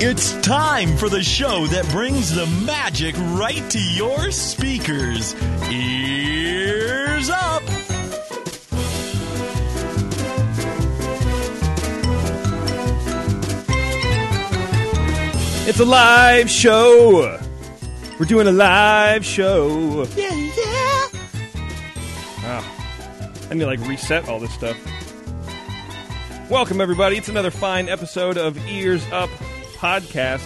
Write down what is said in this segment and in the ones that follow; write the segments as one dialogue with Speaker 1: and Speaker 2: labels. Speaker 1: It's time for the show that brings the magic right to your speakers. Ears up!
Speaker 2: It's a live show. We're doing a live show. Yeah, yeah. Ah, I need to like reset all this stuff. Welcome everybody. It's another fine episode of Ears Up podcast.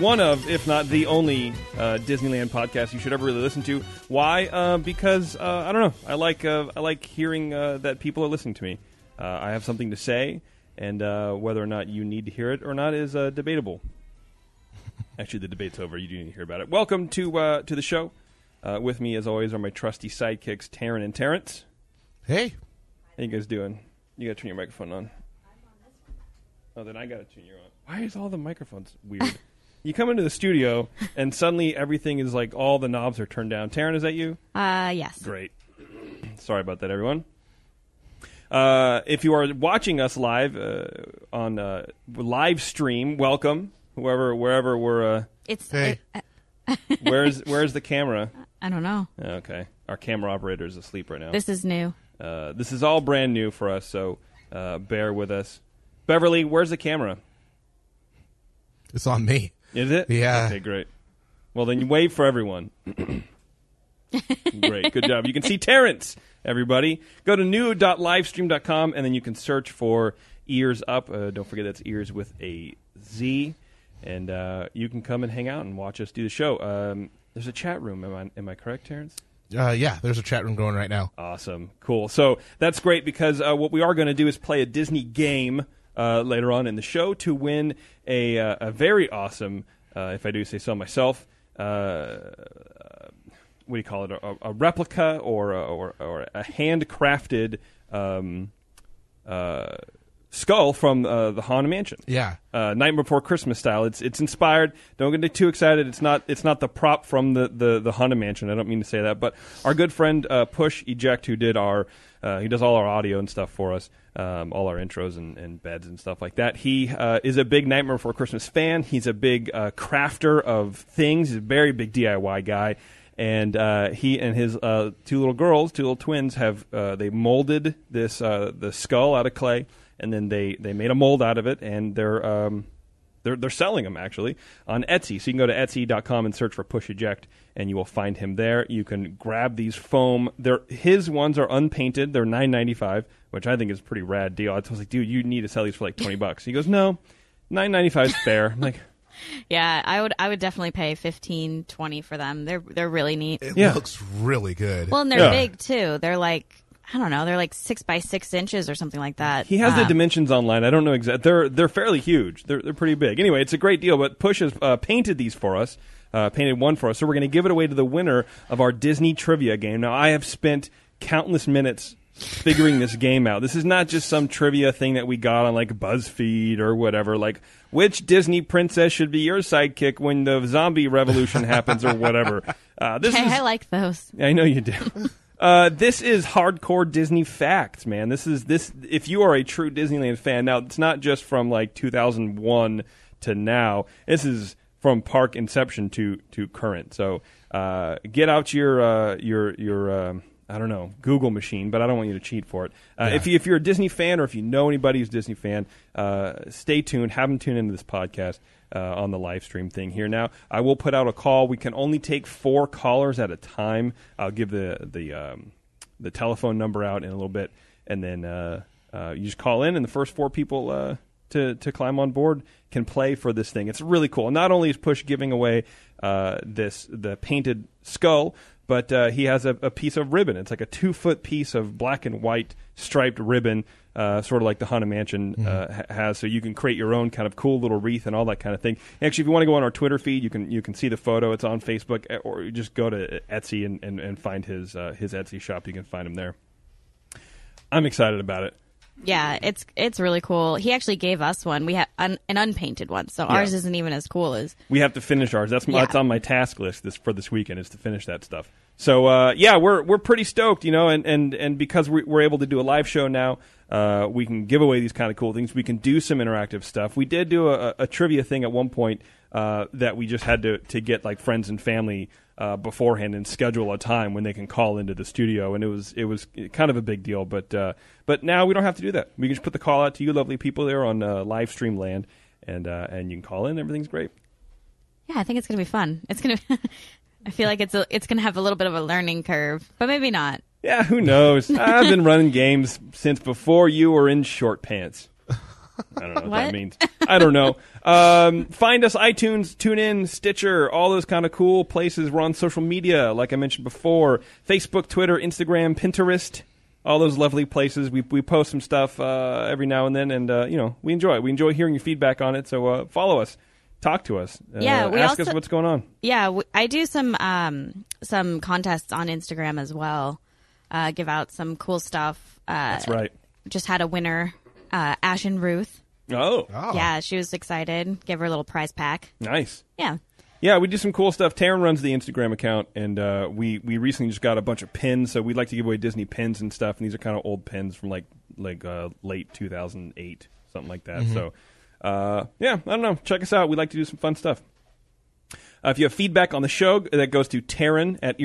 Speaker 2: One of, if not the only, uh, Disneyland podcast you should ever really listen to. Why? Uh, because uh, I don't know. I like uh, I like hearing uh, that people are listening to me. Uh, I have something to say, and uh, whether or not you need to hear it or not is uh, debatable. Actually, the debate's over. You do need to hear about it. Welcome to uh, to the show. Uh, with me, as always, are my trusty sidekicks, Taryn and Terrence.
Speaker 3: Hey,
Speaker 2: How you guys doing? You got to turn your microphone on. Oh, then I got to turn you on. Why is all the microphones weird? you come into the studio and suddenly everything is like all the knobs are turned down. Taryn, is that you?
Speaker 4: Uh, yes.
Speaker 2: Great. Sorry about that, everyone. Uh, if you are watching us live uh, on uh, live stream, welcome. Whoever, wherever we're, uh,
Speaker 4: It's.
Speaker 3: Hey.
Speaker 4: It, I,
Speaker 2: where's where's the camera?
Speaker 4: I don't know.
Speaker 2: Okay. Our camera operator is asleep right now. This,
Speaker 4: This is new.
Speaker 2: uh, this is all brand new for us, so uh, bear with us. Beverly, where's the camera?
Speaker 3: it's on me.
Speaker 2: Is it?
Speaker 3: Yeah.
Speaker 2: Okay, great. Well, then you wave for everyone. great. Good job. You can see Terrence, everybody. Go to new.livestream.com and then you can search for Ears Up. Uh, don't forget that's Ears with a Z. And uh, you can come and hang out and watch us do the show. Um, there's a chat room. Am I, am I correct, Terrence?
Speaker 3: Uh, yeah, there's a chat room going right now.
Speaker 2: Oh. Awesome. Cool. So that's great because uh, what we are going to do is play a Disney game uh, later on in the show to win a, uh, a very awesome, uh, if I do say so myself, uh, what do you call it? A, a replica or a, or, or a handcrafted um, uh, skull from uh, the Haunted Mansion
Speaker 3: Yeah,
Speaker 2: uh, Nightmare Before Christmas style. It's it's inspired. Don't get too excited. It's not it's not the prop from the the, the Honda Mansion. I don't mean to say that, but our good friend uh, Push Eject, who did our uh, he does all our audio and stuff for us, um, all our intros and, and beds and stuff like that. He uh, is a big Nightmare Before Christmas fan. He's a big uh, crafter of things. He's a very big DIY guy. And uh, he and his uh, two little girls, two little twins, have uh, they molded this uh, the skull out of clay, and then they, they made a mold out of it, and they're um, they're they're selling them actually on Etsy. So you can go to Etsy.com and search for Push Eject, and you will find him there. You can grab these foam. They're, his ones are unpainted. They're nine ninety five, which I think is a pretty rad deal. I was like, dude, you need to sell these for like twenty bucks. He goes, no, nine ninety five is fair. I'm like,
Speaker 4: Yeah, I would. I would definitely pay 15, 20 for them. They're they're really neat.
Speaker 3: it
Speaker 2: Yeah.
Speaker 3: looks really good.
Speaker 4: Well, and they're
Speaker 2: Yeah.
Speaker 4: big too. They're like I don't know. They're like six by six inches or something like that.
Speaker 2: He has the
Speaker 4: Um,
Speaker 2: dimensions online. I don't know exact. They're they're fairly huge. They're they're pretty big. Anyway, it's a great deal. But Push has uh, painted these for us. Uh, painted one for us. So we're going to give it away to the winner of our Disney trivia game. Now I have spent countless minutes figuring this game out. This is not just some trivia thing that we got on like BuzzFeed or whatever. Like which Disney princess should be your sidekick when the zombie revolution happens or whatever. Uh, this
Speaker 4: Hey,
Speaker 2: is
Speaker 4: I like those.
Speaker 2: I know you do. Uh, this is hardcore Disney facts, man. This is this. If you are a true Disneyland fan, now it's not just from like 2001 to now. This is from park inception to to current. So uh, get out your uh, your your. Um, I don't know Google machine, but I don't want you to cheat for it. Uh, If you if you're a Disney fan or if you know anybody who's a Disney fan, uh, stay tuned. Have them tune into this podcast uh, on the live stream thing here. Now I will put out a call. We can only take four callers at a time. I'll give the the um, the telephone number out in a little bit, and then uh, uh, you just call in, and the first four people uh, to to climb on board can play for this thing. It's really cool. Not only is Push giving away uh, this the painted skull, but uh, he has a, a piece of ribbon. It's like a two foot piece of black and white striped ribbon. Uh, sort of like the Haunted Mansion uh, ha- has, so you can create your own kind of cool little wreath and all that kind of thing. Actually, if you want to go on our Twitter feed, you can you can see the photo. It's on Facebook, eh, or you just go to Etsy and, and, and find his uh, his Etsy shop. You can find him there. I'm excited about it.
Speaker 4: Yeah, it's it's really cool. He actually gave us one. We have un, an unpainted one, so ours isn't even as cool as.
Speaker 2: We have to finish ours. That's my,
Speaker 4: Yeah.
Speaker 2: that's on my task list this for this weekend is to finish that stuff. So uh, yeah, we're we're pretty stoked, you know, and and and because we, we're able to do a live show now, uh, we can give away these kind of cool things. We can do some interactive stuff. We did do a, a trivia thing at one point uh, that we just had to to get like friends and family. Uh, beforehand and schedule a time when they can call into the studio, and it was it was kind of a big deal, but uh, but now we don't have to do that. We can just put the call out to you, lovely people there on uh, live stream land, and uh, and you can call in. Everything's great.
Speaker 4: Yeah, I think it's gonna be fun. It's gonna. I feel like it's a, it's gonna have a little bit of a learning curve, but maybe not.
Speaker 2: Yeah, who knows? I've been running games since before you were in short pants. I don't know what, that
Speaker 4: What?
Speaker 2: means. I don't know. Um, find us iTunes, TuneIn, Stitcher, all those kind of cool places. We're on social media, like I mentioned before Facebook, Twitter, Instagram, Pinterest, all those lovely places. We, we post some stuff uh, every now and then, and uh, you know we enjoy it. We enjoy hearing your feedback on it, so uh, follow us, talk to us, uh,
Speaker 4: Yeah, we
Speaker 2: ask us
Speaker 4: also-
Speaker 2: what's going on.
Speaker 4: Yeah, w- I do some um some contests on Instagram as well. Uh, give out some cool stuff. Uh,
Speaker 2: That's right.
Speaker 4: Just had a winner, uh, Ashen Ruth.
Speaker 2: Oh,
Speaker 3: Oh.
Speaker 4: Yeah, she was excited. Give her a little prize pack.
Speaker 2: nice.
Speaker 4: Yeah.
Speaker 2: Yeah, we do some cool stuff. Taryn runs the Instagram account, and uh, we we recently just got a bunch of pins. So we'd like to give away Disney pins and stuff. And these are kind of old pins from like like uh, late 2008, something like that. So uh, yeah, I don't know. Check us out. We like to do some fun stuff. Uh, if you have feedback on the show, that goes to Taryn at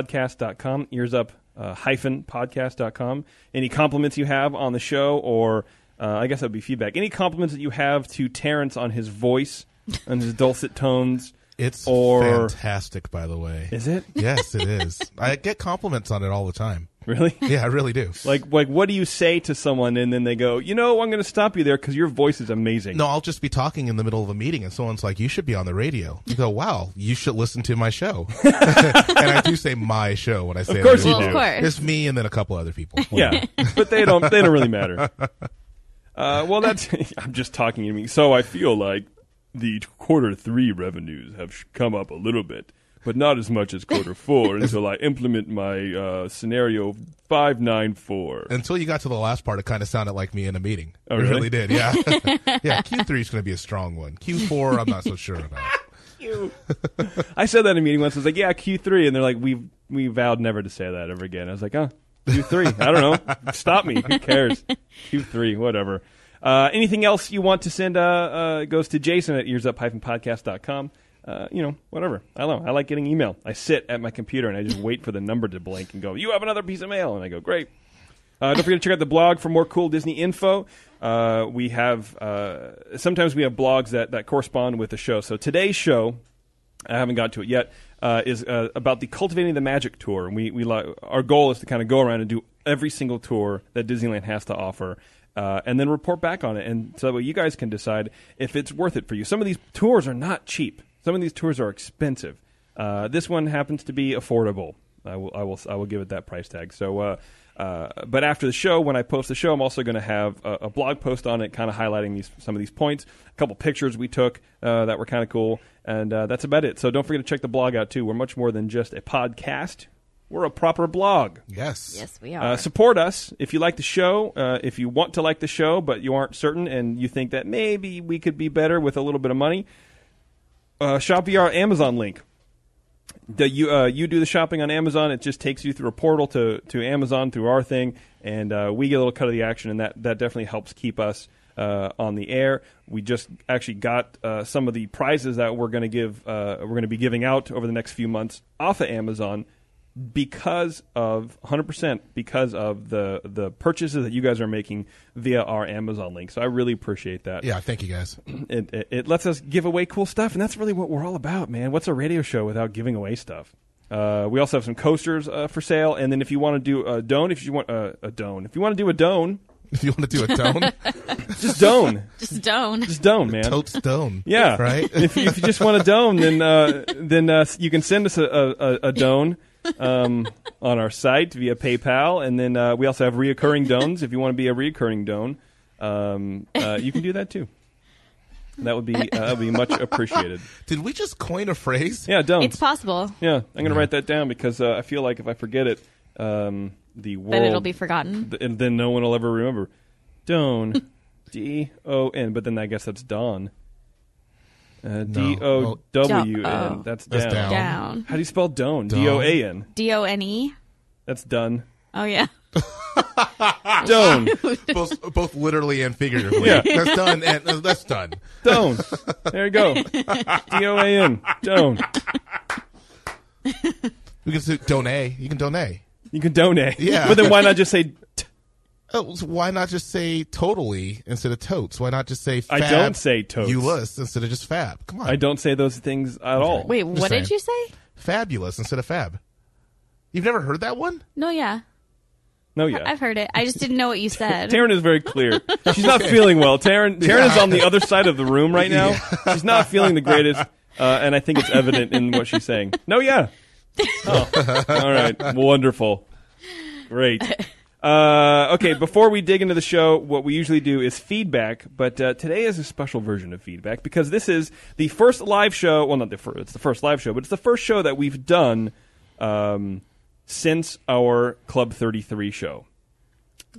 Speaker 2: earsuppodcast.com, earsup uh, hyphen podcast.com. Any compliments you have on the show, or uh, I guess that would be feedback. Any compliments that you have to Terrence on his voice, on his dulcet tones,
Speaker 3: It's
Speaker 2: or
Speaker 3: fantastic, by the way.
Speaker 2: is it
Speaker 3: yes, it is. I get compliments on it all the time.
Speaker 2: really?
Speaker 3: Yeah, I really do.
Speaker 2: Like, like, what do you say to someone, and then they go, "You know, I'm going to stop you there because your voice is amazing."
Speaker 3: No, I'll just be talking in the middle of a meeting, and someone's like, "You should be on the radio." You go, "Wow, you should listen to my show." and I do say "my show" when I say,
Speaker 2: Of course
Speaker 3: it.
Speaker 2: you
Speaker 4: Well, of
Speaker 2: do.
Speaker 4: course.
Speaker 3: It's me and then a couple other people.
Speaker 2: Yeah, but they don't. They don't really matter. Uh, well, that's. I'm just talking to me. So I feel like the quarter three revenues have sh- come up a little bit, but not as much as quarter four until I implement my uh, scenario five nine four.
Speaker 3: Until you got to the last part, it kind of sounded like me in a meeting.
Speaker 2: Oh,
Speaker 3: it
Speaker 2: really?
Speaker 3: really did. Yeah, yeah. Q three is going to be a strong one. Q four, I'm not so sure about.
Speaker 2: I said that in a meeting once. I was like, "Yeah, Q three," and they're like, "We we vowed never to say that ever again." I was like, "Huh, Q three? I don't know. Stop me. Who cares? Q three, whatever." Uh, anything else you want to send uh, uh, goes to Jason at earsup-podcast.com. Uh, you know, whatever. I don't know. I like getting email. I sit at my computer and I just wait for the number to blink and go, "You have another piece of mail," and I go, "Great." Uh, don't forget to check out the blog for more cool Disney info. Uh, we have uh, sometimes we have blogs that, that correspond with the show. So today's show, I haven't got to it yet, uh, is uh, about the Cultivating the Magic tour. And we we li- our goal is to kind of go around and do every single tour that Disneyland has to offer. Uh, and then report back on it, and so that way you guys can decide if it's worth it for you. Some of these tours are not cheap. Some of these tours are expensive. Uh, this one happens to be affordable. I will, I will, I will give it that price tag. So, uh, uh, but after the show, when I post the show, I'm also going to have a, a blog post on it, kind of highlighting these some of these points, a couple pictures we took uh, that were kind of cool, and uh, that's about it. So don't forget to check the blog out too. We're much more than just a podcast. We're a proper blog.
Speaker 3: It. Yes.
Speaker 4: Yes, we are.
Speaker 2: Uh, support us if you like the show. Uh, if you want to like the show, but you aren't certain and you think that maybe we could be better with a little bit of money, uh, shop via our Amazon link. The, you uh, you do the shopping on Amazon. It just takes you through a portal to, to Amazon through our thing, and uh, we get a little cut of the action, and that, that definitely helps keep us uh, on the air. We just actually got uh, some of the prizes that we're going to give uh, we're going to be giving out over the next few months off of Amazon because of 100% because of the the purchases that you guys are making via our Amazon link. So I really appreciate that
Speaker 3: Yeah. Thank you guys.
Speaker 2: it, it, it lets us give away cool stuff, and that's really what we're all about, man. What's a radio show without giving away stuff? Uh, we also have some coasters uh, for sale, and then if you want to do a don, if you want uh, a don, if you want to do a don,
Speaker 3: If you want to do a tone,
Speaker 2: just don,
Speaker 4: Just don't.
Speaker 2: just don, man.
Speaker 3: tote stone.
Speaker 2: yeah,
Speaker 3: Right.
Speaker 2: if, you, if you just want a don, then uh, then uh, you can send us a, a, a- a don um, on our site via PayPal, and then uh, we also have reoccurring dons. If you want to be a reoccurring don, um, uh, you can do that too. That would be uh, that would be much appreciated.
Speaker 3: Did we just coin a phrase?
Speaker 2: Yeah, don't.
Speaker 4: It's possible,
Speaker 2: yeah, I'm going to write that down because uh, I feel like if I forget it, um, the world.
Speaker 4: but it'll be forgotten.
Speaker 2: th- and then no one will ever remember. Don. D O N. But then I guess that's Don. Uh, D O W
Speaker 4: Oh.
Speaker 2: N. That's
Speaker 3: That's
Speaker 2: down.
Speaker 3: down.
Speaker 4: Down.
Speaker 2: How do you spell Don? D O A N.
Speaker 4: D O N E.
Speaker 2: That's done.
Speaker 4: Oh yeah. Ah.
Speaker 2: Don.
Speaker 3: both, both literally and figuratively.
Speaker 2: Yeah.
Speaker 3: That's done. And, uh, that's done.
Speaker 2: Don. There you go. D O A N. Don.
Speaker 3: We can say donate. You can donate.
Speaker 2: You can donate.
Speaker 3: Yeah.
Speaker 2: But then why not just say t-
Speaker 3: Oh, so why not just say totally instead of totes? Why not just say
Speaker 2: I
Speaker 3: fab
Speaker 2: don't say totes.
Speaker 3: Fabulous instead of just fab. Come on.
Speaker 2: I don't say those things at all.
Speaker 4: Wait,
Speaker 3: Just
Speaker 4: what did
Speaker 3: saying.
Speaker 4: you say?
Speaker 3: Fabulous instead of fab. You've never heard that one?
Speaker 4: No, yeah.
Speaker 2: No, yeah.
Speaker 4: I've heard it. I just didn't know what you said.
Speaker 2: Taryn is very clear. She's not feeling well. Taryn, Taryn is on the other side of the room right now. She's not feeling the greatest, uh, and I think it's evident in what she's saying. No, yeah. Oh, all right. Wonderful. Great. Uh, okay, before we dig into the show, what we usually do is feedback, but uh, today is a special version of feedback because this is the first live show. Well, not the first, it's the first live show, but it's the first show that we've done um, since our Club 33 show.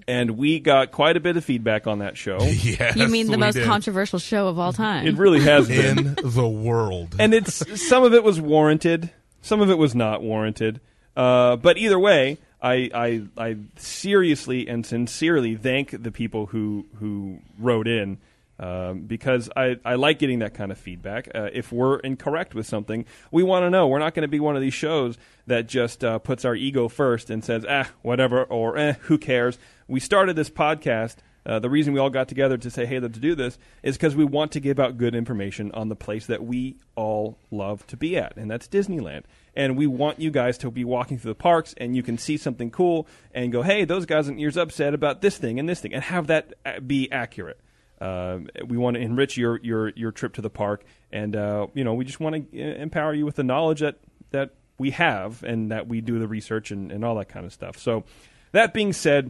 Speaker 2: And we got quite a bit of feedback on that show.
Speaker 3: Yes.
Speaker 4: you mean the
Speaker 3: we
Speaker 4: most
Speaker 3: did.
Speaker 4: controversial show of all time?
Speaker 2: It really has been.
Speaker 3: in the world.
Speaker 2: and it's some of it was warranted, some of it was not warranted. Uh, but either way, I, I I seriously and sincerely thank the people who who wrote in um, because I, I like getting that kind of feedback. Uh, if we're incorrect with something, we want to know. We're not going to be one of these shows that just uh, puts our ego first and says ah whatever or eh who cares. We started this podcast uh, the reason we all got together to say, hey, let's do this is because we want to give out good information on the place that we all love to be at, and that's Disneyland. And we want you guys to be walking through the parks and you can see something cool and go, hey, those guys on ears upset about this thing and this thing, and have that uh, be accurate. Um, we want to enrich your, your, your trip to the park, and uh, you know we just want to uh, empower you with the knowledge that, that we have and that we do the research and, and all that kind of stuff. So, that being said,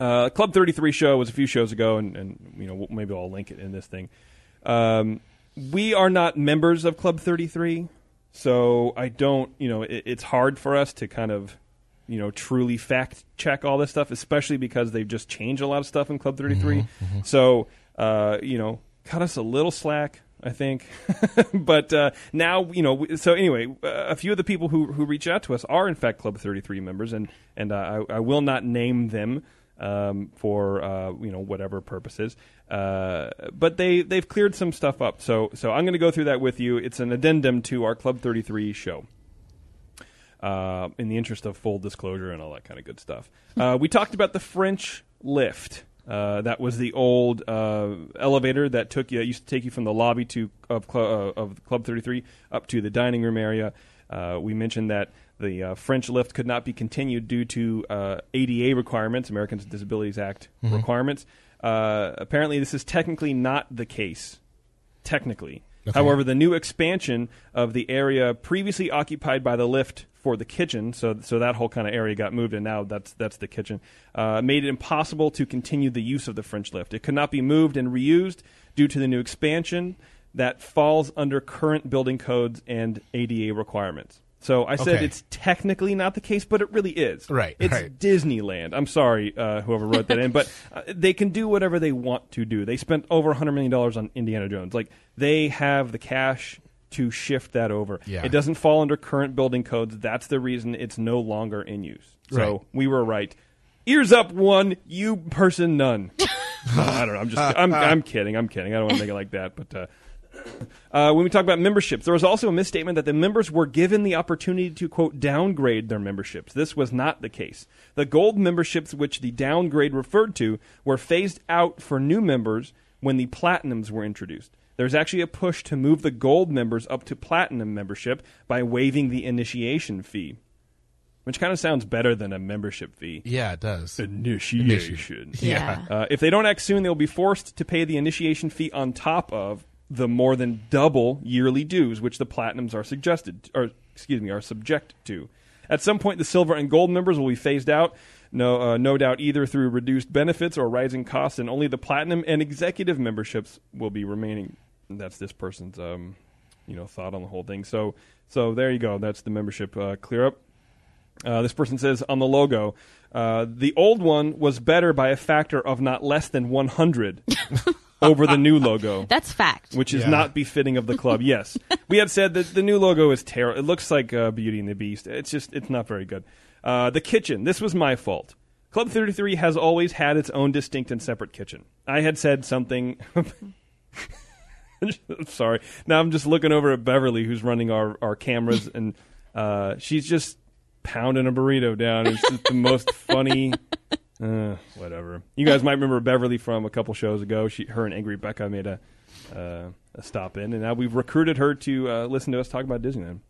Speaker 2: uh, Club 33 show was a few shows ago, and, and you know we'll- maybe I'll link it in this thing. Um, we are not members of Club 33, so I don't. You know, it, it's hard for us to kind of, you know, truly fact check all this stuff, especially because they've just changed a lot of stuff in Club 33. So uh, you know, cut us a little slack. I think, but uh, now you know. we- So anyway, uh, a few of the people who who reach out to us are in fact Club 33 members, and and uh, I, I will not name them um, for uh, you know whatever purposes. Uh, but they they've cleared some stuff up. So so I'm going to go through that with you. It's an addendum to our Club 33 show. Uh, in the interest of full disclosure and all that kind of good stuff, uh, we talked about the French lift. Uh, that was the old uh, elevator that took you that used to take you from the lobby to of, Cl- uh, of Club 33 up to the dining room area. Uh, we mentioned that the uh, French lift could not be continued due to uh, ADA requirements, Americans with Disabilities Act requirements. Uh, apparently, this is technically not the case. Technically. However, the new expansion of the area previously occupied by the lift for the kitchen, so so that whole kind of area got moved, and now that's that's the kitchen, uh, made it impossible to continue the use of the French lift. It could not be moved and reused due to the new expansion that falls under current building codes and ADA requirements. So I said
Speaker 3: Okay.
Speaker 2: it's technically not the case, but it really is.
Speaker 3: Right,
Speaker 2: It's
Speaker 3: right.
Speaker 2: Disneyland. I'm sorry, uh, whoever wrote that in, but uh, they can do whatever they want to do. They spent over 100 million dollars on Indiana Jones. Like they have the cash to shift that over.
Speaker 3: Yeah.
Speaker 2: It doesn't fall under current building codes. That's the reason it's no longer in use. So
Speaker 3: Right.
Speaker 2: we were right. Ears up, one. You person, none. No, I don't know. I'm just. I'm. I'm kidding. I'm kidding. I don't want to make it like that. But uh, uh, when we talk about memberships, there was also a misstatement that the members were given the opportunity to, quote, downgrade their memberships. This was not the case. The gold memberships, which the downgrade referred to, were phased out for new members when the platinums were introduced. There's actually a push to move the gold members up to platinum membership by waiving the initiation fee, which kind of sounds better than a membership fee.
Speaker 3: yeah, it does.
Speaker 2: Initiation.
Speaker 4: Yeah.
Speaker 2: Uh, if they don't act soon, they'll be forced to pay the initiation fee on top of the more than double yearly dues, which the platinums are suggested, or excuse me, are subject to. At some point, the silver and gold members will be phased out. No, uh, no doubt, either through reduced benefits or rising costs, and only the platinum and executive memberships will be remaining. And That's this person's, um, you know, thought on the whole thing. So, so there you go. That's the membership uh, clear up. Uh, this person says on the logo, uh, the old one was better by a factor of not less than 100 over the new logo,
Speaker 4: That's fact.
Speaker 2: which is
Speaker 3: Yeah.
Speaker 2: not befitting of the club. Yes, we have said that the new logo is terrible. It looks like uh, Beauty and the Beast. It's just it's not very good. Uh, the kitchen. This was my fault. Club 33 has always had its own distinct and separate kitchen. I had said something I'm sorry. Now I'm just looking over at Beverly, who's running our, our cameras, and uh, she's just pounding a burrito down. It's just the most funny. Uh, whatever. You guys might remember Beverly from a couple shows ago. She, her and Angry Becca made a uh, a stop in, and now we've recruited her to uh, listen to us talk about Disneyland.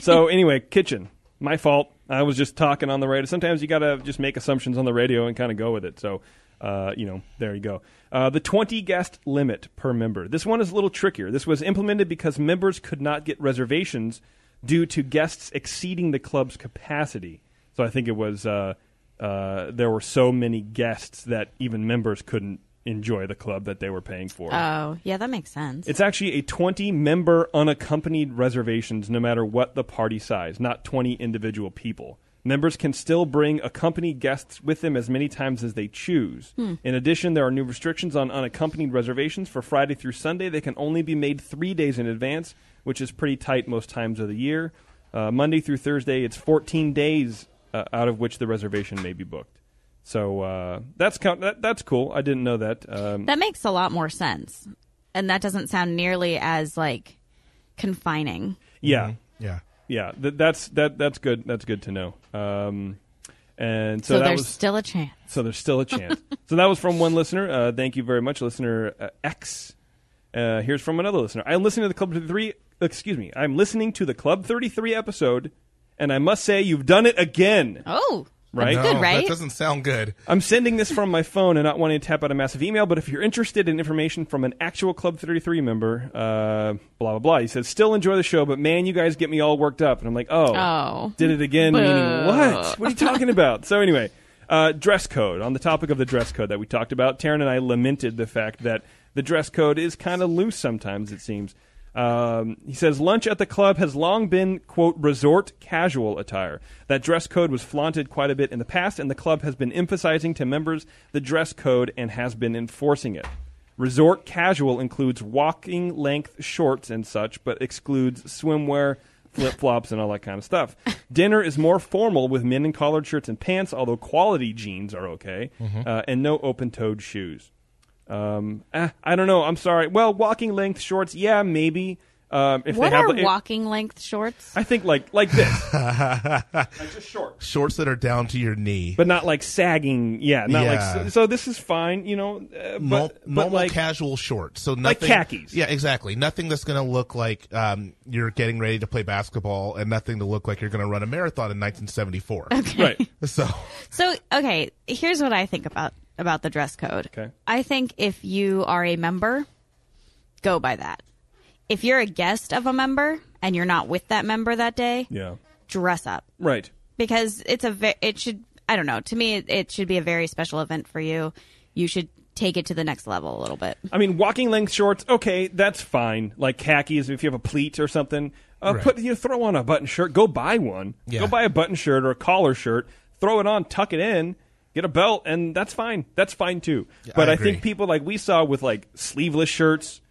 Speaker 2: so anyway, kitchen. My fault. I was just talking on the radio. Sometimes you gotta just make assumptions on the radio and kind of go with it. So, uh, you know, there you go. Uh, the 20 guest limit per member. This one is a little trickier. This was implemented because members could not get reservations due to guests exceeding the club's capacity. So I think it was uh, uh, there were so many guests that even members couldn't enjoy the club that they were paying for.
Speaker 4: Oh, yeah, that makes sense.
Speaker 2: It's actually a 20 member unaccompanied reservations, no matter what the party size, not 20 individual people. Members can still bring accompanied guests with them as many times as they choose. In addition, there are new restrictions on unaccompanied reservations for Friday through Sunday. They can only be made three days in advance, which is pretty tight most times of the year. Uh, Monday through Thursday, it's 14 days uh, out of which the reservation may be booked. So uh, that's count- that, that's cool. I didn't know that. Um,
Speaker 4: that makes a lot more sense, and that doesn't sound nearly as like confining.
Speaker 2: yeah,
Speaker 3: Yeah.
Speaker 2: yeah, th- that's that that's good. That's good to know. Um, and so,
Speaker 4: So,
Speaker 2: that
Speaker 4: there's
Speaker 2: was
Speaker 4: still a chance.
Speaker 2: so there's still a chance. so that was from one listener. Uh, thank you very much, listener uh, X. Uh, here's from another listener. I'm listening to the Club 33. Excuse me. I'm listening to the Club 33 episode, and I must say you've done it again.
Speaker 4: Oh,
Speaker 2: Right?
Speaker 4: that's good,
Speaker 3: No,
Speaker 4: right?
Speaker 3: That doesn't sound good.
Speaker 2: I'm sending this from my phone and not wanting to tap out a massive email, but if you're interested in information from an actual Club 33 member, uh, blah, blah, blah. He says, still enjoy the show, but man, you guys get me all worked up. And I'm like, oh,
Speaker 4: Oh.
Speaker 2: did it again, meaning
Speaker 4: Boo.
Speaker 2: what? What are you talking about? so anyway, uh, dress code. On the topic of the dress code that we talked about, Taryn and I lamented the fact that the dress code is kind of loose sometimes, it seems. Um, he says lunch at the club has long been quote resort casual attire. That dress code was flaunted quite a bit in the past, and the club has been emphasizing to members the dress code and has been enforcing it. Resort casual includes walking length shorts and such, but excludes swimwear, flip flops, and all that kind of stuff. Dinner is more formal with men in collared shirts and pants, although quality jeans are okay,
Speaker 3: Mm-hmm.
Speaker 2: uh, and no open toed shoes. Um, ah, I don't know. I'm sorry. Well, walking length shorts, yeah, maybe. Um, if
Speaker 4: what
Speaker 2: they have,
Speaker 4: are
Speaker 2: it-
Speaker 4: walking length shorts?
Speaker 2: I think like like this, like just short
Speaker 3: Shorts that are down to your knee.
Speaker 2: but not like sagging. Yeah, not like
Speaker 3: Yeah.
Speaker 2: so, so. This is fine, you know. Uh, but
Speaker 3: Nor-
Speaker 2: but
Speaker 3: normal
Speaker 2: like
Speaker 3: casual shorts. So nothing,
Speaker 2: khakis.
Speaker 3: Yeah, exactly. Nothing that's going to look like um, you're getting ready to play basketball, and nothing to look like you're going to run a marathon in 1974.
Speaker 2: right.
Speaker 3: So
Speaker 4: So, okay, here's what I think about about the dress code.
Speaker 2: Okay.
Speaker 4: I think if you are a member, go by that. If you're a guest of a member and you're not with that member that day,
Speaker 2: Yeah.
Speaker 4: dress up
Speaker 2: Right.
Speaker 4: because it's a ve- it should I don't know, to me it, it should be a very special event for you. You should take it to the next level a little bit.
Speaker 2: I mean, walking length shorts, okay, that's fine. Like khakis, if you have a pleat or something, uh,
Speaker 3: Right.
Speaker 2: put you know, throw on a button shirt. Go buy one.
Speaker 3: Yeah.
Speaker 2: Go buy a button shirt or a collar shirt. Throw it on, tuck it in, get a belt, and that's fine. That's fine too. But I,
Speaker 3: I
Speaker 2: think
Speaker 3: agree.
Speaker 2: people like we saw with like sleeveless shirts,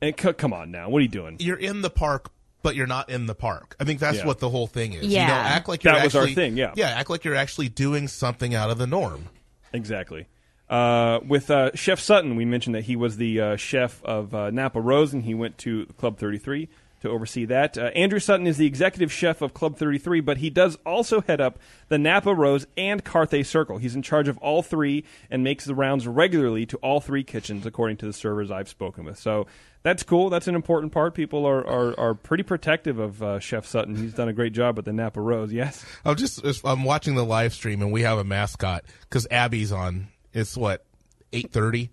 Speaker 2: and c- come on now, what are you doing?
Speaker 3: you're in the park, but you're not in the park. I think that's
Speaker 2: Yeah.
Speaker 3: what the whole thing is.
Speaker 4: Yeah.
Speaker 3: You know, act like you're
Speaker 2: That was our
Speaker 3: actually-
Speaker 2: thing, yeah.
Speaker 3: Yeah, act like you're actually doing something out of the norm.
Speaker 2: Exactly. Uh, with uh, Chef Sutton, we mentioned that he was the uh, chef of uh, Napa Rose, and he went to Club 33 to oversee that. Uh, Andrew Sutton is the executive chef of Club 33, but he does also head up the Napa Rose and Carthay Circle. He's in charge of all three and makes the rounds regularly to all three kitchens, according to the servers I've spoken with. So that's cool. That's an important part. People are, are, are pretty protective of uh, Chef Sutton. He's done a great job at the Napa Rose. Yes.
Speaker 3: I'm Oh, just I'm watching the live stream, and we have a mascot because Abby's on. It's what 8:30.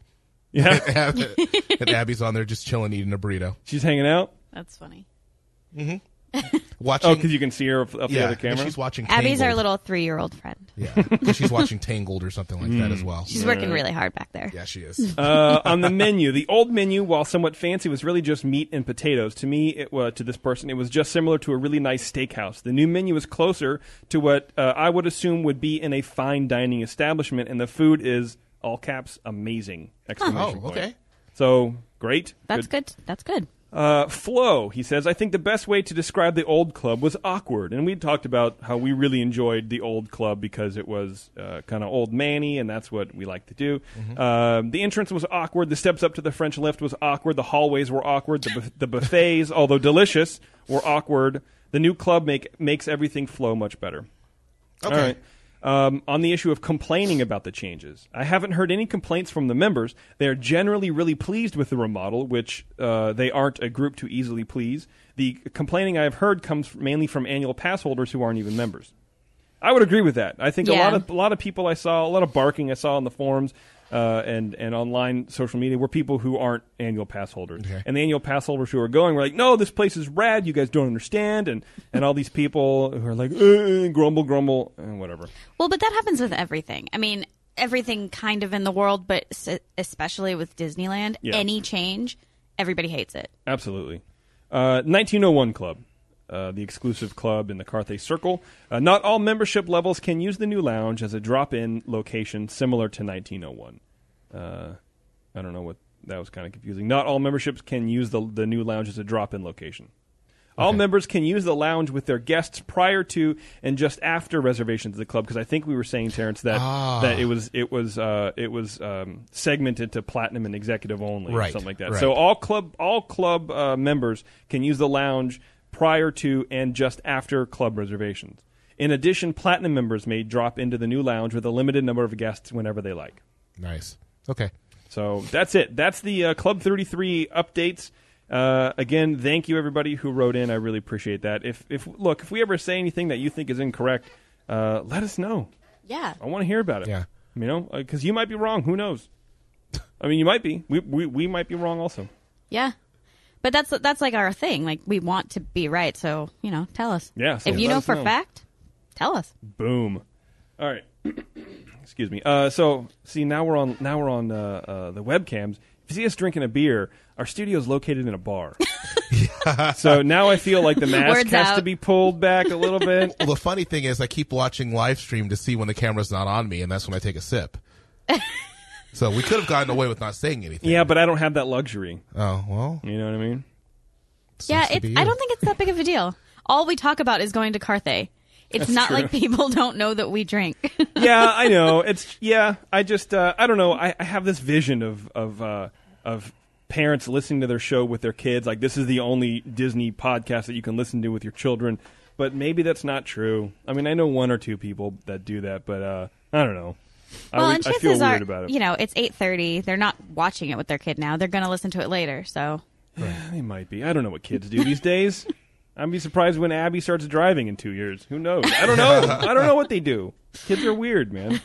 Speaker 2: Yeah.
Speaker 3: and Abby's on there just chilling, eating a burrito.
Speaker 2: She's hanging out.
Speaker 4: That's funny.
Speaker 3: Watching.
Speaker 2: Oh, because you can see her up, up
Speaker 3: yeah,
Speaker 2: the other
Speaker 3: 'cause
Speaker 2: camera.
Speaker 3: she's watching. Tangled.
Speaker 4: Abby's our little three year old friend.
Speaker 3: Yeah, 'cause she's watching Tangled or something like that
Speaker 2: Mm.
Speaker 3: as well.
Speaker 4: She's working really hard back there.
Speaker 3: Yeah, she is.
Speaker 2: uh, on the menu, the old menu, while somewhat fancy, was really just meat and potatoes. To me, it was to this person, it was just similar to a really nice steakhouse. The new menu is closer to what uh, I would assume would be in a fine dining establishment, and the food is all caps amazing! Exclamation
Speaker 3: Oh,
Speaker 2: point.
Speaker 3: okay.
Speaker 2: So great.
Speaker 4: That's good. That's good.
Speaker 2: Uh, Flo, he says, I think the best way to describe the old club was awkward. And we talked about how we really enjoyed the old club because it was uh, kind of old manny, and that's what we like to do. Um, the entrance was awkward. The steps up to the French lift was awkward. The hallways were awkward. The, bu- the buffets, although delicious, were awkward. The new club make, makes everything flow much better.
Speaker 3: Okay.
Speaker 2: All right. Um, on the issue of complaining about the changes, I haven't heard any complaints from the members. They are generally really pleased with the remodel, which uh, they aren't a group to easily please. The complaining I've heard comes mainly from annual pass holders who aren't even members. I would agree with that. I think a
Speaker 4: Yeah.
Speaker 2: lot of a lot of people I saw, a lot of barking I saw on the forums uh, and and online social media were people who aren't annual pass holders.
Speaker 3: Okay.
Speaker 2: And the annual pass holders who are going were like, "No, this place is rad. You guys don't understand." And and all these people who are like, "Uh, "Grumble, grumble, and whatever."
Speaker 4: Well, but that happens with everything. I mean, everything kind of in the world, but s- especially with Disneyland,
Speaker 2: Yeah.
Speaker 4: any change, everybody hates it.
Speaker 2: Absolutely. Uh, 1901 Club, uh, the exclusive club in the Carthay Circle. Uh, not all membership levels can use the new lounge as a drop in location similar to 1901. Uh, I don't know what that was kind of confusing. Not all memberships can use the, the new lounge as a drop in location. All members can use the lounge with their guests prior to and just after reservations at the club because I think we were saying Terrence that
Speaker 3: Ah.
Speaker 2: that it was it was uh, it was um, segmented to platinum and executive only or
Speaker 3: Right,
Speaker 2: something like that.
Speaker 3: right.
Speaker 2: So all club all club uh, members can use the lounge prior to and just after club reservations. In addition, platinum members may drop into the new lounge with a limited number of guests whenever they like.
Speaker 3: Nice. Okay.
Speaker 2: So that's it. That's the uh, Club 33 updates. Uh, again, thank you everybody who wrote in. I really appreciate that. If if look, if we ever say anything that you think is incorrect, uh, let us know.
Speaker 4: Yeah.
Speaker 2: I want to hear about it.
Speaker 3: Yeah.
Speaker 2: You know, because you might be wrong. Who knows? I mean, you might be. We we, we might be wrong also.
Speaker 4: Yeah. But that's that's like our thing. Like we want to be right, so you know, tell us.
Speaker 2: Yeah, so
Speaker 4: if you
Speaker 2: let
Speaker 4: know
Speaker 2: us
Speaker 4: for
Speaker 2: know.
Speaker 4: fact, tell us.
Speaker 2: Boom. All right. Excuse me. Uh, so see now we're on now we're on uh, uh, the webcams. If you see us drinking a beer, our studio is located in a bar. so now I feel like the mask
Speaker 4: Words
Speaker 2: has to
Speaker 4: out.
Speaker 2: be pulled back a little bit.
Speaker 3: Well, the funny thing is, I keep watching live stream to see when the camera's not on me, and that's when I take a sip. so we could have gotten away with not saying anything.
Speaker 2: yeah, but I don't have that luxury.
Speaker 3: Oh well.
Speaker 2: You know what I mean?
Speaker 4: yeah,
Speaker 3: to
Speaker 4: it's,
Speaker 3: be
Speaker 4: I
Speaker 3: you.
Speaker 4: don't think it's that big of a deal. All we talk about is going to Carthay. It's not
Speaker 2: true.
Speaker 4: like people don't know that we drink.
Speaker 2: yeah, I know. It's yeah. I just uh, I don't know. I, I have this vision of of uh, of parents listening to their show with their kids. Like this is the only Disney podcast that you can listen to with your children. But maybe that's not true. I mean, I know one or two people that do that, but uh, I don't know.
Speaker 4: well,
Speaker 2: I, would-
Speaker 4: and
Speaker 2: I
Speaker 4: chances
Speaker 2: feel weird
Speaker 4: are,
Speaker 2: about it.
Speaker 4: you know, it's eight thirty. They're not watching it with their kid now. They're going to listen to it later. So
Speaker 2: They might be. I don't know what kids do these days. I'd be surprised when Abby starts driving in two years. Who knows? I don't know. I don't know what they do. Kids are weird, man.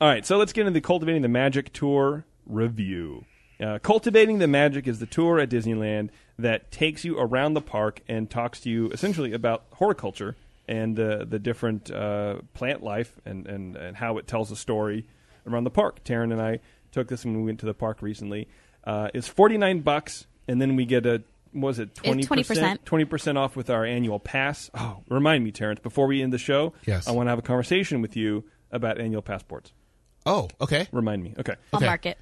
Speaker 2: All right, so let's get into the Cultivating the Magic Tour review. Uh, Cultivating the Magic is the tour at Disneyland that takes you around the park and talks to you essentially about horticulture and uh, the different uh, plant life and, and, and how it tells a story around the park. Taryn and I took this when we went to the park recently. Uh, it's 49 bucks, and then we get a, what was it, 20%?
Speaker 4: It's 20%.
Speaker 2: 20% off with our annual pass. Oh, remind me, Terrence, before we end the show,
Speaker 3: Yes.
Speaker 2: I want to have a conversation with you about annual passports.
Speaker 3: Oh, okay.
Speaker 2: Remind me. Okay.
Speaker 4: I'll
Speaker 3: Okay.
Speaker 4: mark it.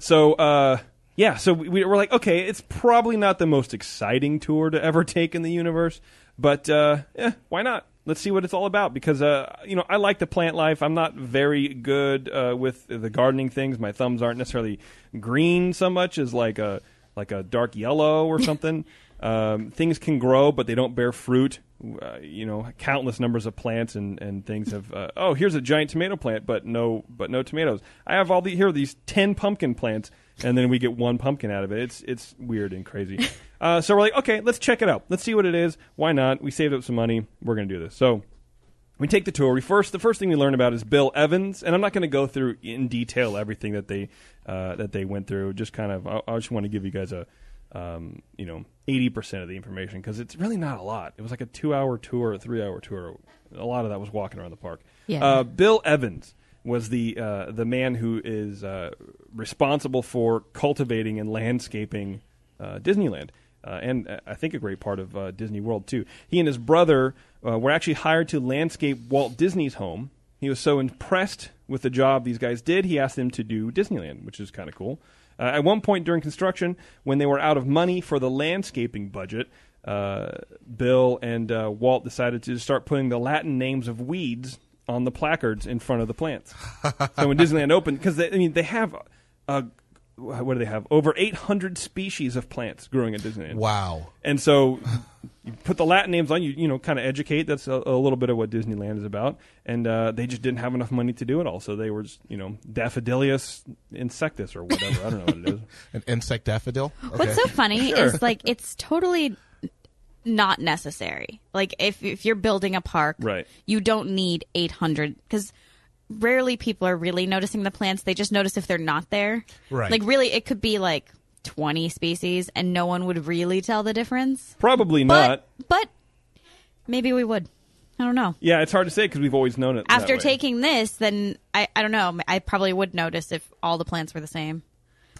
Speaker 2: So, uh, yeah, so we, we were like, okay, it's probably not the most exciting tour to ever take in the universe, but uh, eh, why not? Let's see what it's all about because, uh, you know, I like the plant life. I'm not very good uh, with the gardening things. My thumbs aren't necessarily green so much as like a like a dark yellow or something. um, things can grow, but they don't bear fruit. Uh, you know, countless numbers of plants and, and things have. Uh, oh, here's a giant tomato plant, but no, but no tomatoes. I have all the here are these ten pumpkin plants, and then we get one pumpkin out of it. It's it's weird and crazy. Uh, so we're like, okay, let's check it out. Let's see what it is. Why not? We saved up some money. We're gonna do this. So we take the tour. We first the first thing we learn about is Bill Evans, and I'm not going to go through in detail everything that they uh, that they went through. Just kind of, I, I just want to give you guys a um, you know, 80% of the information because it's really not a lot. It was like a two hour tour, a three hour tour. A lot of that was walking around the park.
Speaker 5: Yeah.
Speaker 2: Uh, Bill Evans was the uh, the man who is uh, responsible for cultivating and landscaping uh, Disneyland, uh, and uh, I think a great part of uh, Disney World too. He and his brother uh, were actually hired to landscape Walt Disney's home. He was so impressed with the job these guys did, he asked them to do Disneyland, which is kind of cool. Uh, at one point during construction, when they were out of money for the landscaping budget, uh, Bill and uh, Walt decided to start putting the Latin names of weeds on the placards in front of the plants. so when Disneyland opened, because I mean they have, uh, what do they have? Over 800 species of plants growing at Disneyland.
Speaker 3: Wow.
Speaker 2: And so you put the Latin names on you, you know, kind of educate. That's a, a little bit of what Disneyland is about. And uh, they just didn't have enough money to do it all, so they were, just, you know, Daffodilius insectus or whatever. I don't know what it is.
Speaker 3: An insect daffodil? Okay.
Speaker 4: What's so funny is like it's totally not necessary. Like if if you're building a park,
Speaker 2: Right.
Speaker 4: you don't need 800 cuz rarely people are really noticing the plants. They just notice if they're not there.
Speaker 3: Right.
Speaker 4: Like really it could be like 20 species and no one would really tell the difference.
Speaker 2: Probably not.
Speaker 4: But but maybe we would. I don't know.
Speaker 2: Yeah, it's hard to say because we've always known it. that
Speaker 4: After
Speaker 2: way.
Speaker 4: taking this, then I, I don't know. I probably would notice if all the plants were the same.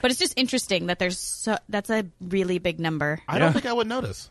Speaker 4: But it's just interesting that there's so that's a really big number.
Speaker 3: I don't
Speaker 2: Yeah.
Speaker 3: think I would notice.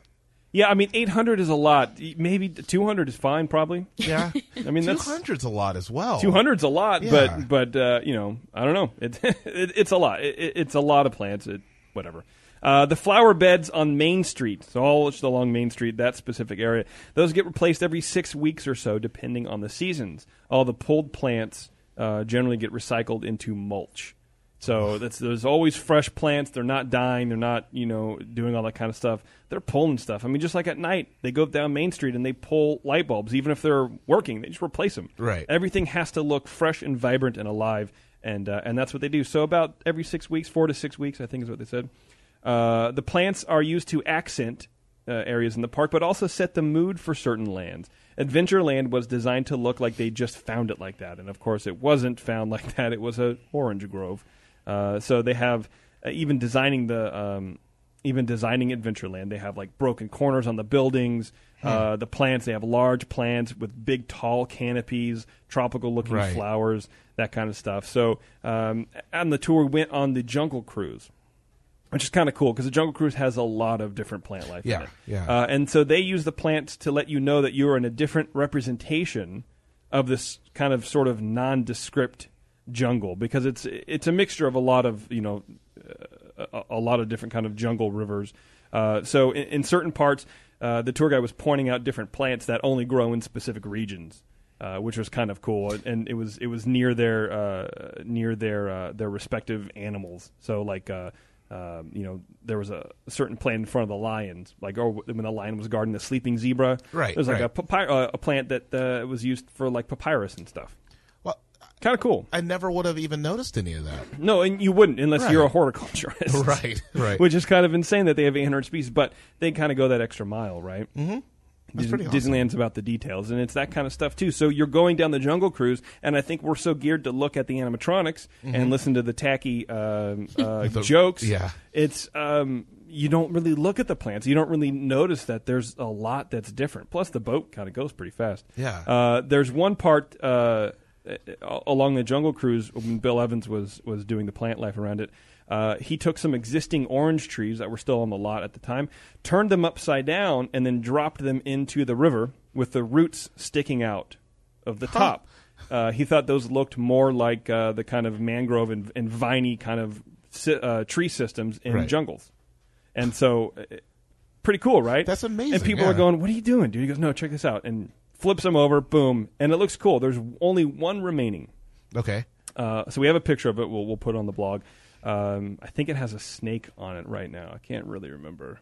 Speaker 2: Yeah, I mean, 800 is a lot. Y- Maybe 200 is fine, probably.
Speaker 3: Yeah.
Speaker 2: I mean, that's.
Speaker 3: 200's a lot as well.
Speaker 2: 200's a lot,
Speaker 3: Yeah.
Speaker 2: but but uh, you know, I don't know. It, it it's a lot. It, it- it's a lot of plants. It whatever. Uh, the flower beds on Main Street, so all just along Main Street, that specific area, those get replaced every six weeks or so, depending on the seasons. All the pulled plants uh, generally get recycled into mulch. So that's, there's always fresh plants. They're not dying. They're not, you know, doing all that kind of stuff. They're pulling stuff. I mean, just like at night, they go down Main Street and they pull light bulbs, even if they're working. They just replace them.
Speaker 3: Right.
Speaker 2: Everything has to look fresh and vibrant and alive, and uh, and that's what they do. So about every six weeks, four to six weeks, I think is what they said. Uh, the plants are used to accent uh, areas in the park, but also set the mood for certain lands. Adventureland was designed to look like they just found it like that, and of course, it wasn't found like that. It was a orange grove. Uh, so they have uh, even designing the um, even designing Adventureland, they have like broken corners on the buildings,
Speaker 3: Hmm.
Speaker 2: uh, the plants. They have large plants with big, tall canopies, tropical-looking
Speaker 3: Right.
Speaker 2: flowers, that kind of stuff. So, um, on the tour, we went on the Jungle Cruise, which is kind of cool because the Jungle Cruise has a lot of different plant life. in
Speaker 3: Yeah,
Speaker 2: it.
Speaker 3: yeah.
Speaker 2: Uh, and so they use the plants to let you know that you are in a different representation of this kind of sort of nondescript jungle because it's it's a mixture of a lot of you know a, a lot of different kind of jungle rivers. Uh, so in, in certain parts, uh, the tour guide was pointing out different plants that only grow in specific regions, uh, which was kind of cool. And- And it was it was near their uh, near their uh, their respective animals. So like. Uh, um, you know, there was a certain plant in front of the lions, like or when the lion was guarding the sleeping zebra.
Speaker 3: Right,
Speaker 2: There's like
Speaker 3: right.
Speaker 2: a papy- uh, a plant that uh, was used for like papyrus and stuff.
Speaker 3: Well,
Speaker 2: Kind of cool.
Speaker 3: I never would have even noticed any of that.
Speaker 2: No, and you wouldn't unless you're a
Speaker 3: Right.
Speaker 2: horticulturist.
Speaker 3: Right, right.
Speaker 2: Which is kind of insane that they have 800 species, but they kind of go that extra mile, right? Mm-hmm.
Speaker 3: That's pretty awesome.
Speaker 2: Disneyland's about the details, and it's that kind of stuff too. So you're going down the Jungle Cruise, and I think we're so geared to look at the animatronics and listen to the tacky um, uh,
Speaker 3: Mm-hmm. The-
Speaker 2: jokes.
Speaker 3: yeah.
Speaker 2: it's um, you don't really look at the plants. You don't really notice that there's a lot that's different. Plus, the boat kind of goes pretty fast.
Speaker 3: Yeah.
Speaker 2: Uh, there's one part uh, a- along the Jungle Cruise when Bill Evans was was doing the plant life around it. Uh, he took some existing orange trees that were still on the lot at the time, turned them upside down, and then dropped them into the river with the roots sticking out of the top. Uh, he thought those looked more like uh, the kind of mangrove and, and viney kind of si- uh, tree systems in
Speaker 3: Right.
Speaker 2: jungles. And so, uh, pretty cool, right?
Speaker 3: That's amazing,
Speaker 2: And people
Speaker 3: yeah.
Speaker 2: are going, "What are you doing, dude?" He goes, "No, check this out," and flips them over. Boom, and it looks cool. There's only one remaining.
Speaker 3: Okay.
Speaker 2: Uh, so we have a picture of it. We'll we'll put it on the blog. Um, I think it has a snake on it right now. I can't really remember.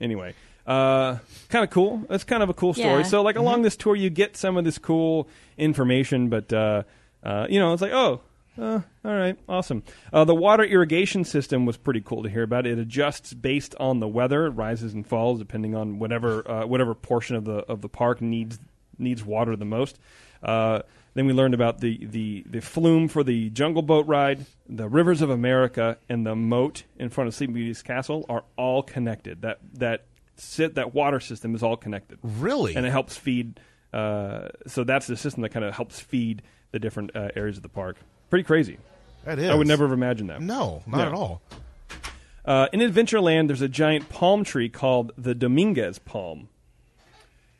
Speaker 2: anyway, uh, kind of cool. That's kind of a cool story.
Speaker 4: Yeah.
Speaker 2: So like along this tour, you get some of this cool information, but uh, uh, you know, it's like oh. Uh, all right, awesome. Uh, the water irrigation system was pretty cool to hear about. It adjusts based on the weather, It rises and falls depending on whatever uh, whatever portion of the of the park needs needs water the most. Uh, then we learned about the, the, the flume for the jungle boat ride, the rivers of America, and the moat in front of Sleeping Beauty's castle are all connected. That that sit that water system is all connected.
Speaker 3: Really?
Speaker 2: and it helps feed. Uh, so that's the system that kind of helps feed the different uh, areas of the park. Pretty crazy.
Speaker 3: That is.
Speaker 2: I would never have imagined that.
Speaker 3: No, not
Speaker 2: No.
Speaker 3: at all.
Speaker 2: Uh, in Adventureland, there's a giant palm tree called the Dominguez palm.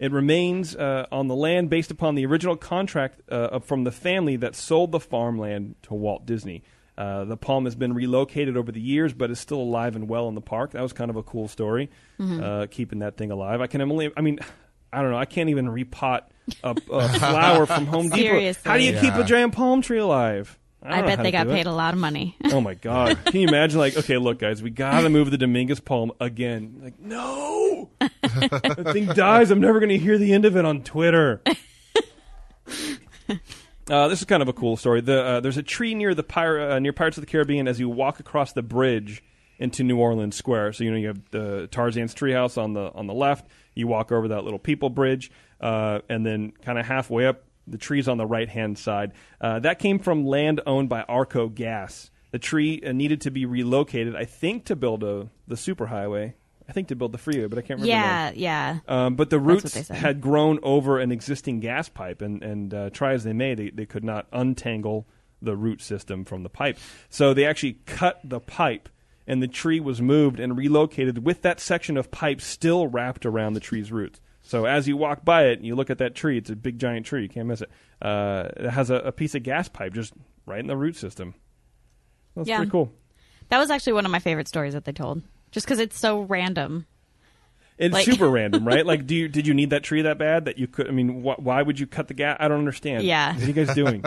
Speaker 2: It remains uh, on the land based upon the original contract uh, from the family that sold the farmland to Walt Disney. Uh, the palm has been relocated over the years, but is still alive and well in the park. That was kind of a cool story,
Speaker 4: Mm-hmm.
Speaker 2: uh, keeping that thing alive. I can only, I mean, I don't know. I can't even repot a, a flower from Home Depot. How do
Speaker 4: Seriously.
Speaker 2: you keep a
Speaker 3: Yeah.
Speaker 2: giant palm tree alive? don't
Speaker 4: I,
Speaker 2: know
Speaker 4: bet
Speaker 2: how
Speaker 4: they
Speaker 2: to
Speaker 4: got
Speaker 2: do it.
Speaker 4: paid a lot of money.
Speaker 2: Oh my god! Can you imagine? Like, okay, look, guys, we gotta move the Dominguez poem again. Like, no, the thing dies. I'm never gonna hear the end of it on Twitter. Uh, this is kind of a cool story. The, uh, there's a tree near the Pir- uh, near Pirates of the Caribbean as you walk across the bridge into New Orleans Square. So you know you have the Tarzan's treehouse on the on the left. You walk over that little people bridge, uh, and then kind of halfway up, the tree's on the right hand side. Uh, that came from land owned by Arco Gas. The tree uh, needed to be relocated, I think, to build a the superhighway. I think to build the freeway, but I can't remember. now.
Speaker 4: Yeah, yeah.
Speaker 2: Um, but the
Speaker 4: That's what
Speaker 2: roots
Speaker 4: they said.
Speaker 2: had grown over an existing gas pipe, and, and uh, try as they may, they, they could not untangle the root system from the pipe. So they actually cut the pipe, and the tree was moved and relocated with that section of pipe still wrapped around the tree's roots. So as you walk by it and you look at that tree, it's a big giant tree. You can't miss it. Uh, it has a, a piece of gas pipe just right in the root system. That's
Speaker 4: Yeah.
Speaker 2: pretty cool.
Speaker 4: That was actually one of my favorite stories that they told, just because it's so random.
Speaker 2: It's
Speaker 4: Like-
Speaker 2: super random, right? Like, do you did you need that tree that bad that you could? I mean, wh- why would you cut the gas? I don't understand.
Speaker 4: Yeah.
Speaker 2: what are you guys doing?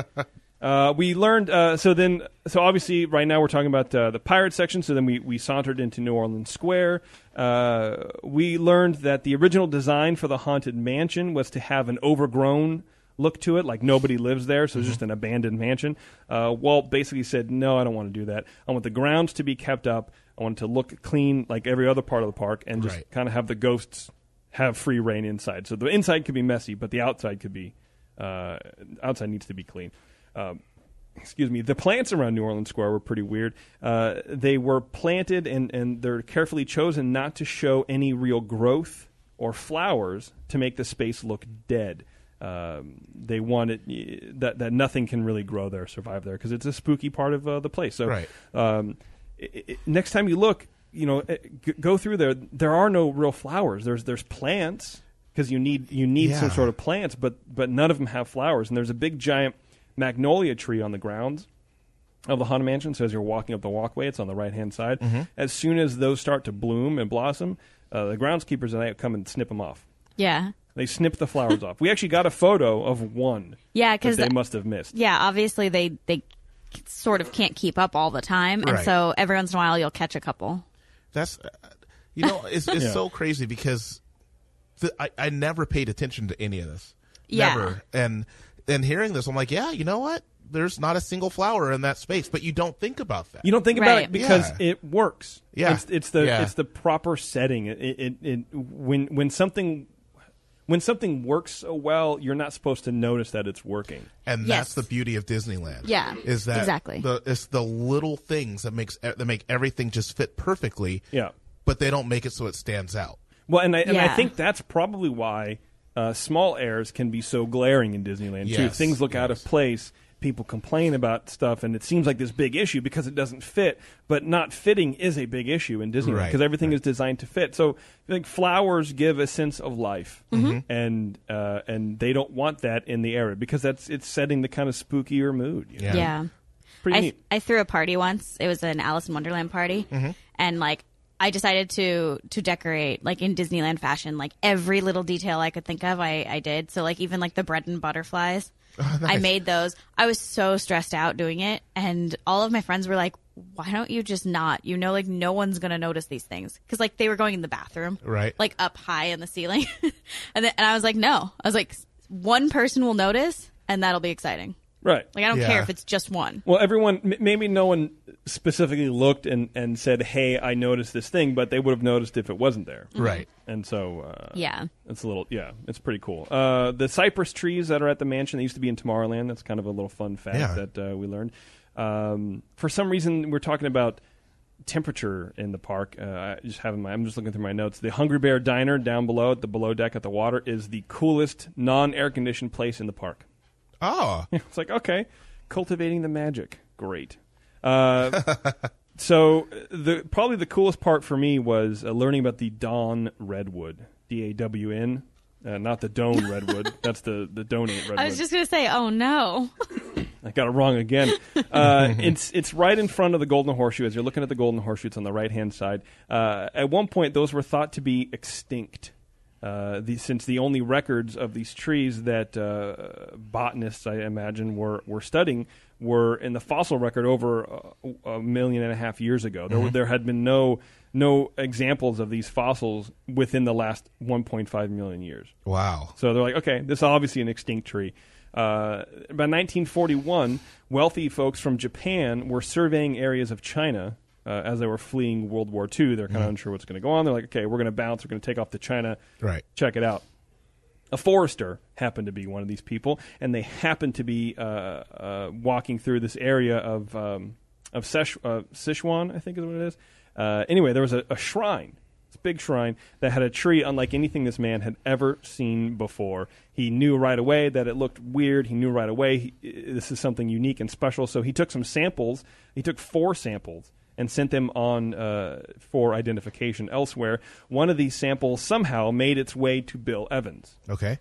Speaker 2: uh, we learned. Uh, so then, so obviously, right now we're talking about uh, the pirate section. So then we we sauntered into New Orleans Square. Uh, we learned that the original design for the haunted mansion was to have an overgrown look to it, like nobody lives there,
Speaker 4: Mm-hmm.
Speaker 2: so it's just an abandoned mansion. Uh, Walt basically said, "No, I don't want to do that. I want the grounds to be kept up." I want it to look clean like every other part of the park and just
Speaker 3: Right.
Speaker 2: kind of have the ghosts have free reign inside. So the inside could be messy, but the outside could be uh, outside needs to be clean. Um, excuse me. The plants around New Orleans Square were pretty weird. Uh, they were planted and and they're carefully chosen not to show any real growth or flowers to make the space look dead. Um, they want it that that nothing can really grow there, survive there, because it's a spooky part of uh, the place. So
Speaker 3: Right.
Speaker 2: um, i i next time you look, you know, eh, g- go through there. There are no real flowers. There's there's plants because you need you need some
Speaker 3: Yeah.
Speaker 2: sort of plants, but but none of them have flowers. And there's a big giant magnolia tree on the grounds of the Haunted Mansion. So as you're walking up the walkway, it's on the right hand side. As soon as those start to bloom and blossom, uh, the groundskeepers and I come and snip them off.
Speaker 4: Yeah,
Speaker 2: They snip the flowers off. We actually got a photo of one.
Speaker 4: Yeah,
Speaker 2: that
Speaker 4: 'cause
Speaker 2: they
Speaker 4: the-
Speaker 2: must have missed.
Speaker 4: yeah. Obviously, they they sort of can't keep up all the time, and
Speaker 3: Right.
Speaker 4: so every once in a while you'll catch a couple.
Speaker 3: That's, uh, you know, it's, it's
Speaker 2: Yeah.
Speaker 3: so crazy because the, I, I never paid attention to any of this.
Speaker 4: Yeah.
Speaker 3: Never. And, and hearing this, I'm like, yeah, you know what? There's not a single flower in that space, but you don't think about that.
Speaker 2: You don't think about
Speaker 4: Right.
Speaker 2: it because
Speaker 3: Yeah.
Speaker 2: it works.
Speaker 3: Yeah.
Speaker 2: it's, it's the
Speaker 3: Yeah.
Speaker 2: it's the proper setting. It, it, it, it when when something when something works so well, you're not supposed to notice that it's working.
Speaker 3: and
Speaker 4: Yes.
Speaker 3: that's the beauty of Disneyland.
Speaker 4: Yeah,
Speaker 3: is that
Speaker 4: exactly.
Speaker 3: The, it's the little things that makes that make everything just fit perfectly.
Speaker 2: Yeah.
Speaker 3: but they don't make it so it stands out.
Speaker 2: Well, and I, and I
Speaker 4: Yeah.
Speaker 2: think that's probably why uh, small errors can be so glaring in Disneyland too.
Speaker 3: Yes,
Speaker 2: Things look out of place. People complain about stuff, and it seems like this big issue because it doesn't fit. But not fitting is a big issue in Disneyland
Speaker 3: Right,
Speaker 2: because everything is designed to fit. So, like flowers give a sense of life,
Speaker 4: Mm-hmm.
Speaker 3: Mm-hmm.
Speaker 2: and uh, and they don't want that in the area because that's it's setting the kind of spookier mood. you know?
Speaker 3: Yeah.
Speaker 4: Yeah.
Speaker 2: Pretty
Speaker 4: I,
Speaker 2: neat.
Speaker 4: I threw a party once. It was an Alice in Wonderland party. And like I decided to to decorate like in Disneyland fashion, like every little detail I could think of I, I did. So like even like the bread and butterflies. I made those. I was so stressed out doing it and all of my friends were like, "Why don't you just not? You know like no one's going to notice these things." Cuz like they were going in the bathroom.
Speaker 3: Right.
Speaker 4: Like up high in the ceiling. and then, and I was like, "No." I was like, "One person will notice and that'll be exciting."
Speaker 2: Right.
Speaker 4: Like I don't
Speaker 3: Yeah.
Speaker 4: care if it's just one.
Speaker 2: Well, everyone, m- maybe no one specifically looked and, and said, hey, I noticed this thing, but they would have noticed if it wasn't there.
Speaker 4: Mm-hmm.
Speaker 3: Right.
Speaker 2: And so, uh,
Speaker 4: Yeah.
Speaker 2: It's a little, yeah, it's pretty cool. Uh, the cypress trees that are at the mansion, they used to be in Tomorrowland. That's kind of a little fun fact
Speaker 3: Yeah.
Speaker 2: that uh, we learned. Um, for some reason, we're talking about temperature in the park. Uh, I just having my, I'm just looking through my notes. The Hungry Bear Diner down below at the below deck at the water is the coolest non air conditioned place in the park.
Speaker 3: Oh,
Speaker 2: It's like, okay, cultivating the magic. Great. Uh, so the probably the coolest part for me was uh, learning about the Dawn Redwood, D A W N, uh, not the Doan Redwood. That's the the donate redwood.
Speaker 4: I was just gonna say, oh no.
Speaker 2: I got it wrong again. Uh, it's it's right in front of the Golden Horseshoe. As you're looking at the Golden Horseshoe, it's on the right hand side. Uh, at one point, those were thought to be extinct, uh, the, since the only records of these trees that uh, botanists, I imagine, were were studying were in the fossil record over uh, a, a million and a half years ago. There, were there had been no no examples of these fossils within the last 1.5 million years.
Speaker 3: wow.
Speaker 2: So they're like, okay, this is obviously an extinct tree. Uh, by 1941, wealthy folks from Japan were surveying areas of China uh, as they were fleeing World War II. They're kind of unsure what's going to go on. They're like, okay, we're going to bounce. We're going to take off to China.
Speaker 3: Right.
Speaker 2: Check it out. A forester happened to be one of these people, and they happened to be uh, uh, walking through this area of um, of Sesh- uh, Sichuan, I think is what it is. Uh, anyway, there was a, a shrine, this big shrine that had a tree unlike anything this man had ever seen before. He knew right away that it looked weird. He knew right away he, i- this is something unique and special. So he took some samples. He took four samples and sent them on uh, for identification elsewhere. One of these samples somehow made its way to Bill Evans
Speaker 3: Okay.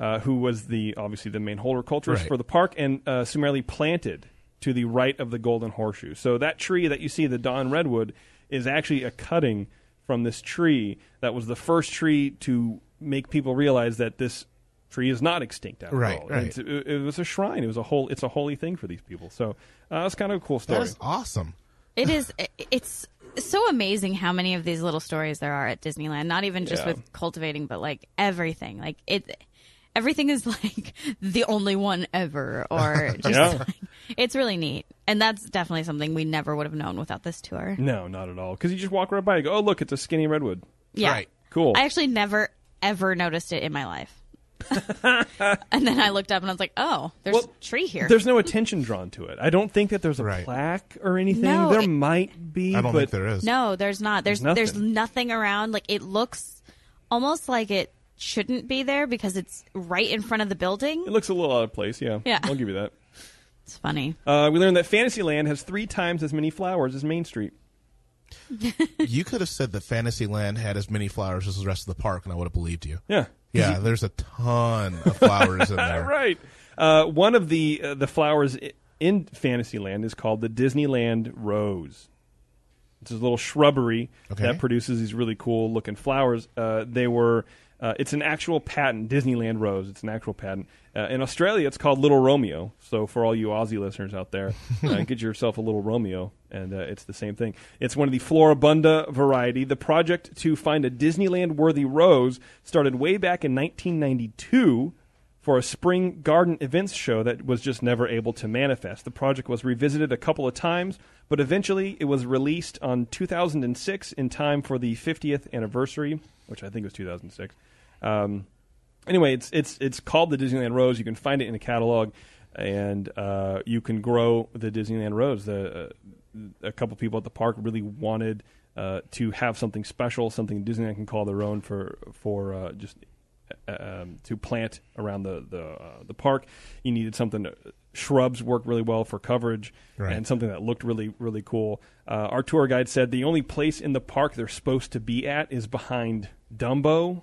Speaker 2: uh, who was the obviously the main horticulturist
Speaker 3: Right.
Speaker 2: for the park and uh, summarily planted to the right of the golden horseshoe. So that tree that you see, the Don Redwood, is actually a cutting from this tree that was the first tree to make people realize that this tree is not extinct after
Speaker 3: Right,
Speaker 2: all.
Speaker 3: right.
Speaker 2: It's- It, it was a shrine. It was a whole. It's a holy thing for these people. So uh, that's kind of a cool story.
Speaker 3: That is awesome.
Speaker 4: It is. i- It's so amazing how many of these little stories there are at Disneyland. Not even just
Speaker 2: Yeah.
Speaker 4: with cultivating, but like everything. Like it, everything is like the only one ever, or just
Speaker 2: Yeah.
Speaker 4: like, it's really neat. And that's definitely something we never would have known without this tour.
Speaker 2: no, not at all. Because you just walk right by and go, oh look, it's a skinny redwood.
Speaker 4: Yeah,
Speaker 3: Right.
Speaker 2: Cool.
Speaker 4: I actually never ever noticed it in my life. and then I looked up and I was like, oh, there's
Speaker 2: Well,
Speaker 4: a tree here.
Speaker 2: There's no attention drawn to it. I don't think that there's a
Speaker 3: Right.
Speaker 2: plaque or anything.
Speaker 4: No,
Speaker 2: there
Speaker 4: it-
Speaker 2: might be.
Speaker 3: I don't
Speaker 2: but
Speaker 3: think there is.
Speaker 4: No, there's not. There's
Speaker 2: There's
Speaker 4: there's
Speaker 2: nothing.
Speaker 4: nothing. around. Like it looks almost like it shouldn't be there because it's right in front of the
Speaker 2: It
Speaker 4: building.
Speaker 2: looks a little out of place, yeah.
Speaker 4: Yeah.
Speaker 2: I'll give you that.
Speaker 4: It's funny.
Speaker 2: Uh, we learned that Fantasyland has three times as many flowers as Main Street.
Speaker 3: You could have said that Fantasyland had as many flowers as the rest of the park, and I would have believed you.
Speaker 2: Yeah.
Speaker 3: Yeah, there's a ton of flowers in there.
Speaker 2: Right. Uh, one of the uh, the flowers i- in Fantasyland is called the Disneyland Rose. It's a little shrubbery
Speaker 3: Okay.
Speaker 2: that produces these really cool looking flowers. Uh, they were. Uh, it's an actual patent, Disneyland Rose. It's an actual patent. Uh, in Australia, it's called Little Romeo. So for all you Aussie listeners out there, uh, get yourself a Little Romeo, and uh, it's the same thing. It's one of the Floribunda variety. The project to find a Disneyland-worthy rose started way back in 1992 for a spring garden events show that was just never able to manifest. The project was revisited a couple of times, but eventually it was released on 2006 in time for the 50th anniversary, which I think was 2006. Um, anyway, it's it's it's called the Disneyland Rose. You can find it in a catalog, and uh, you can grow the Disneyland Rose. The uh, a couple people at the park really wanted. Uh, to have something special, something Disneyland can call their own for for uh, just um, to plant around the the, uh, the park. You needed something. To, shrubs work really well for coverage,
Speaker 3: Right.
Speaker 2: and something that looked really really cool. Uh, our tour guide said the only place in the park they're supposed to be at is behind Dumbo.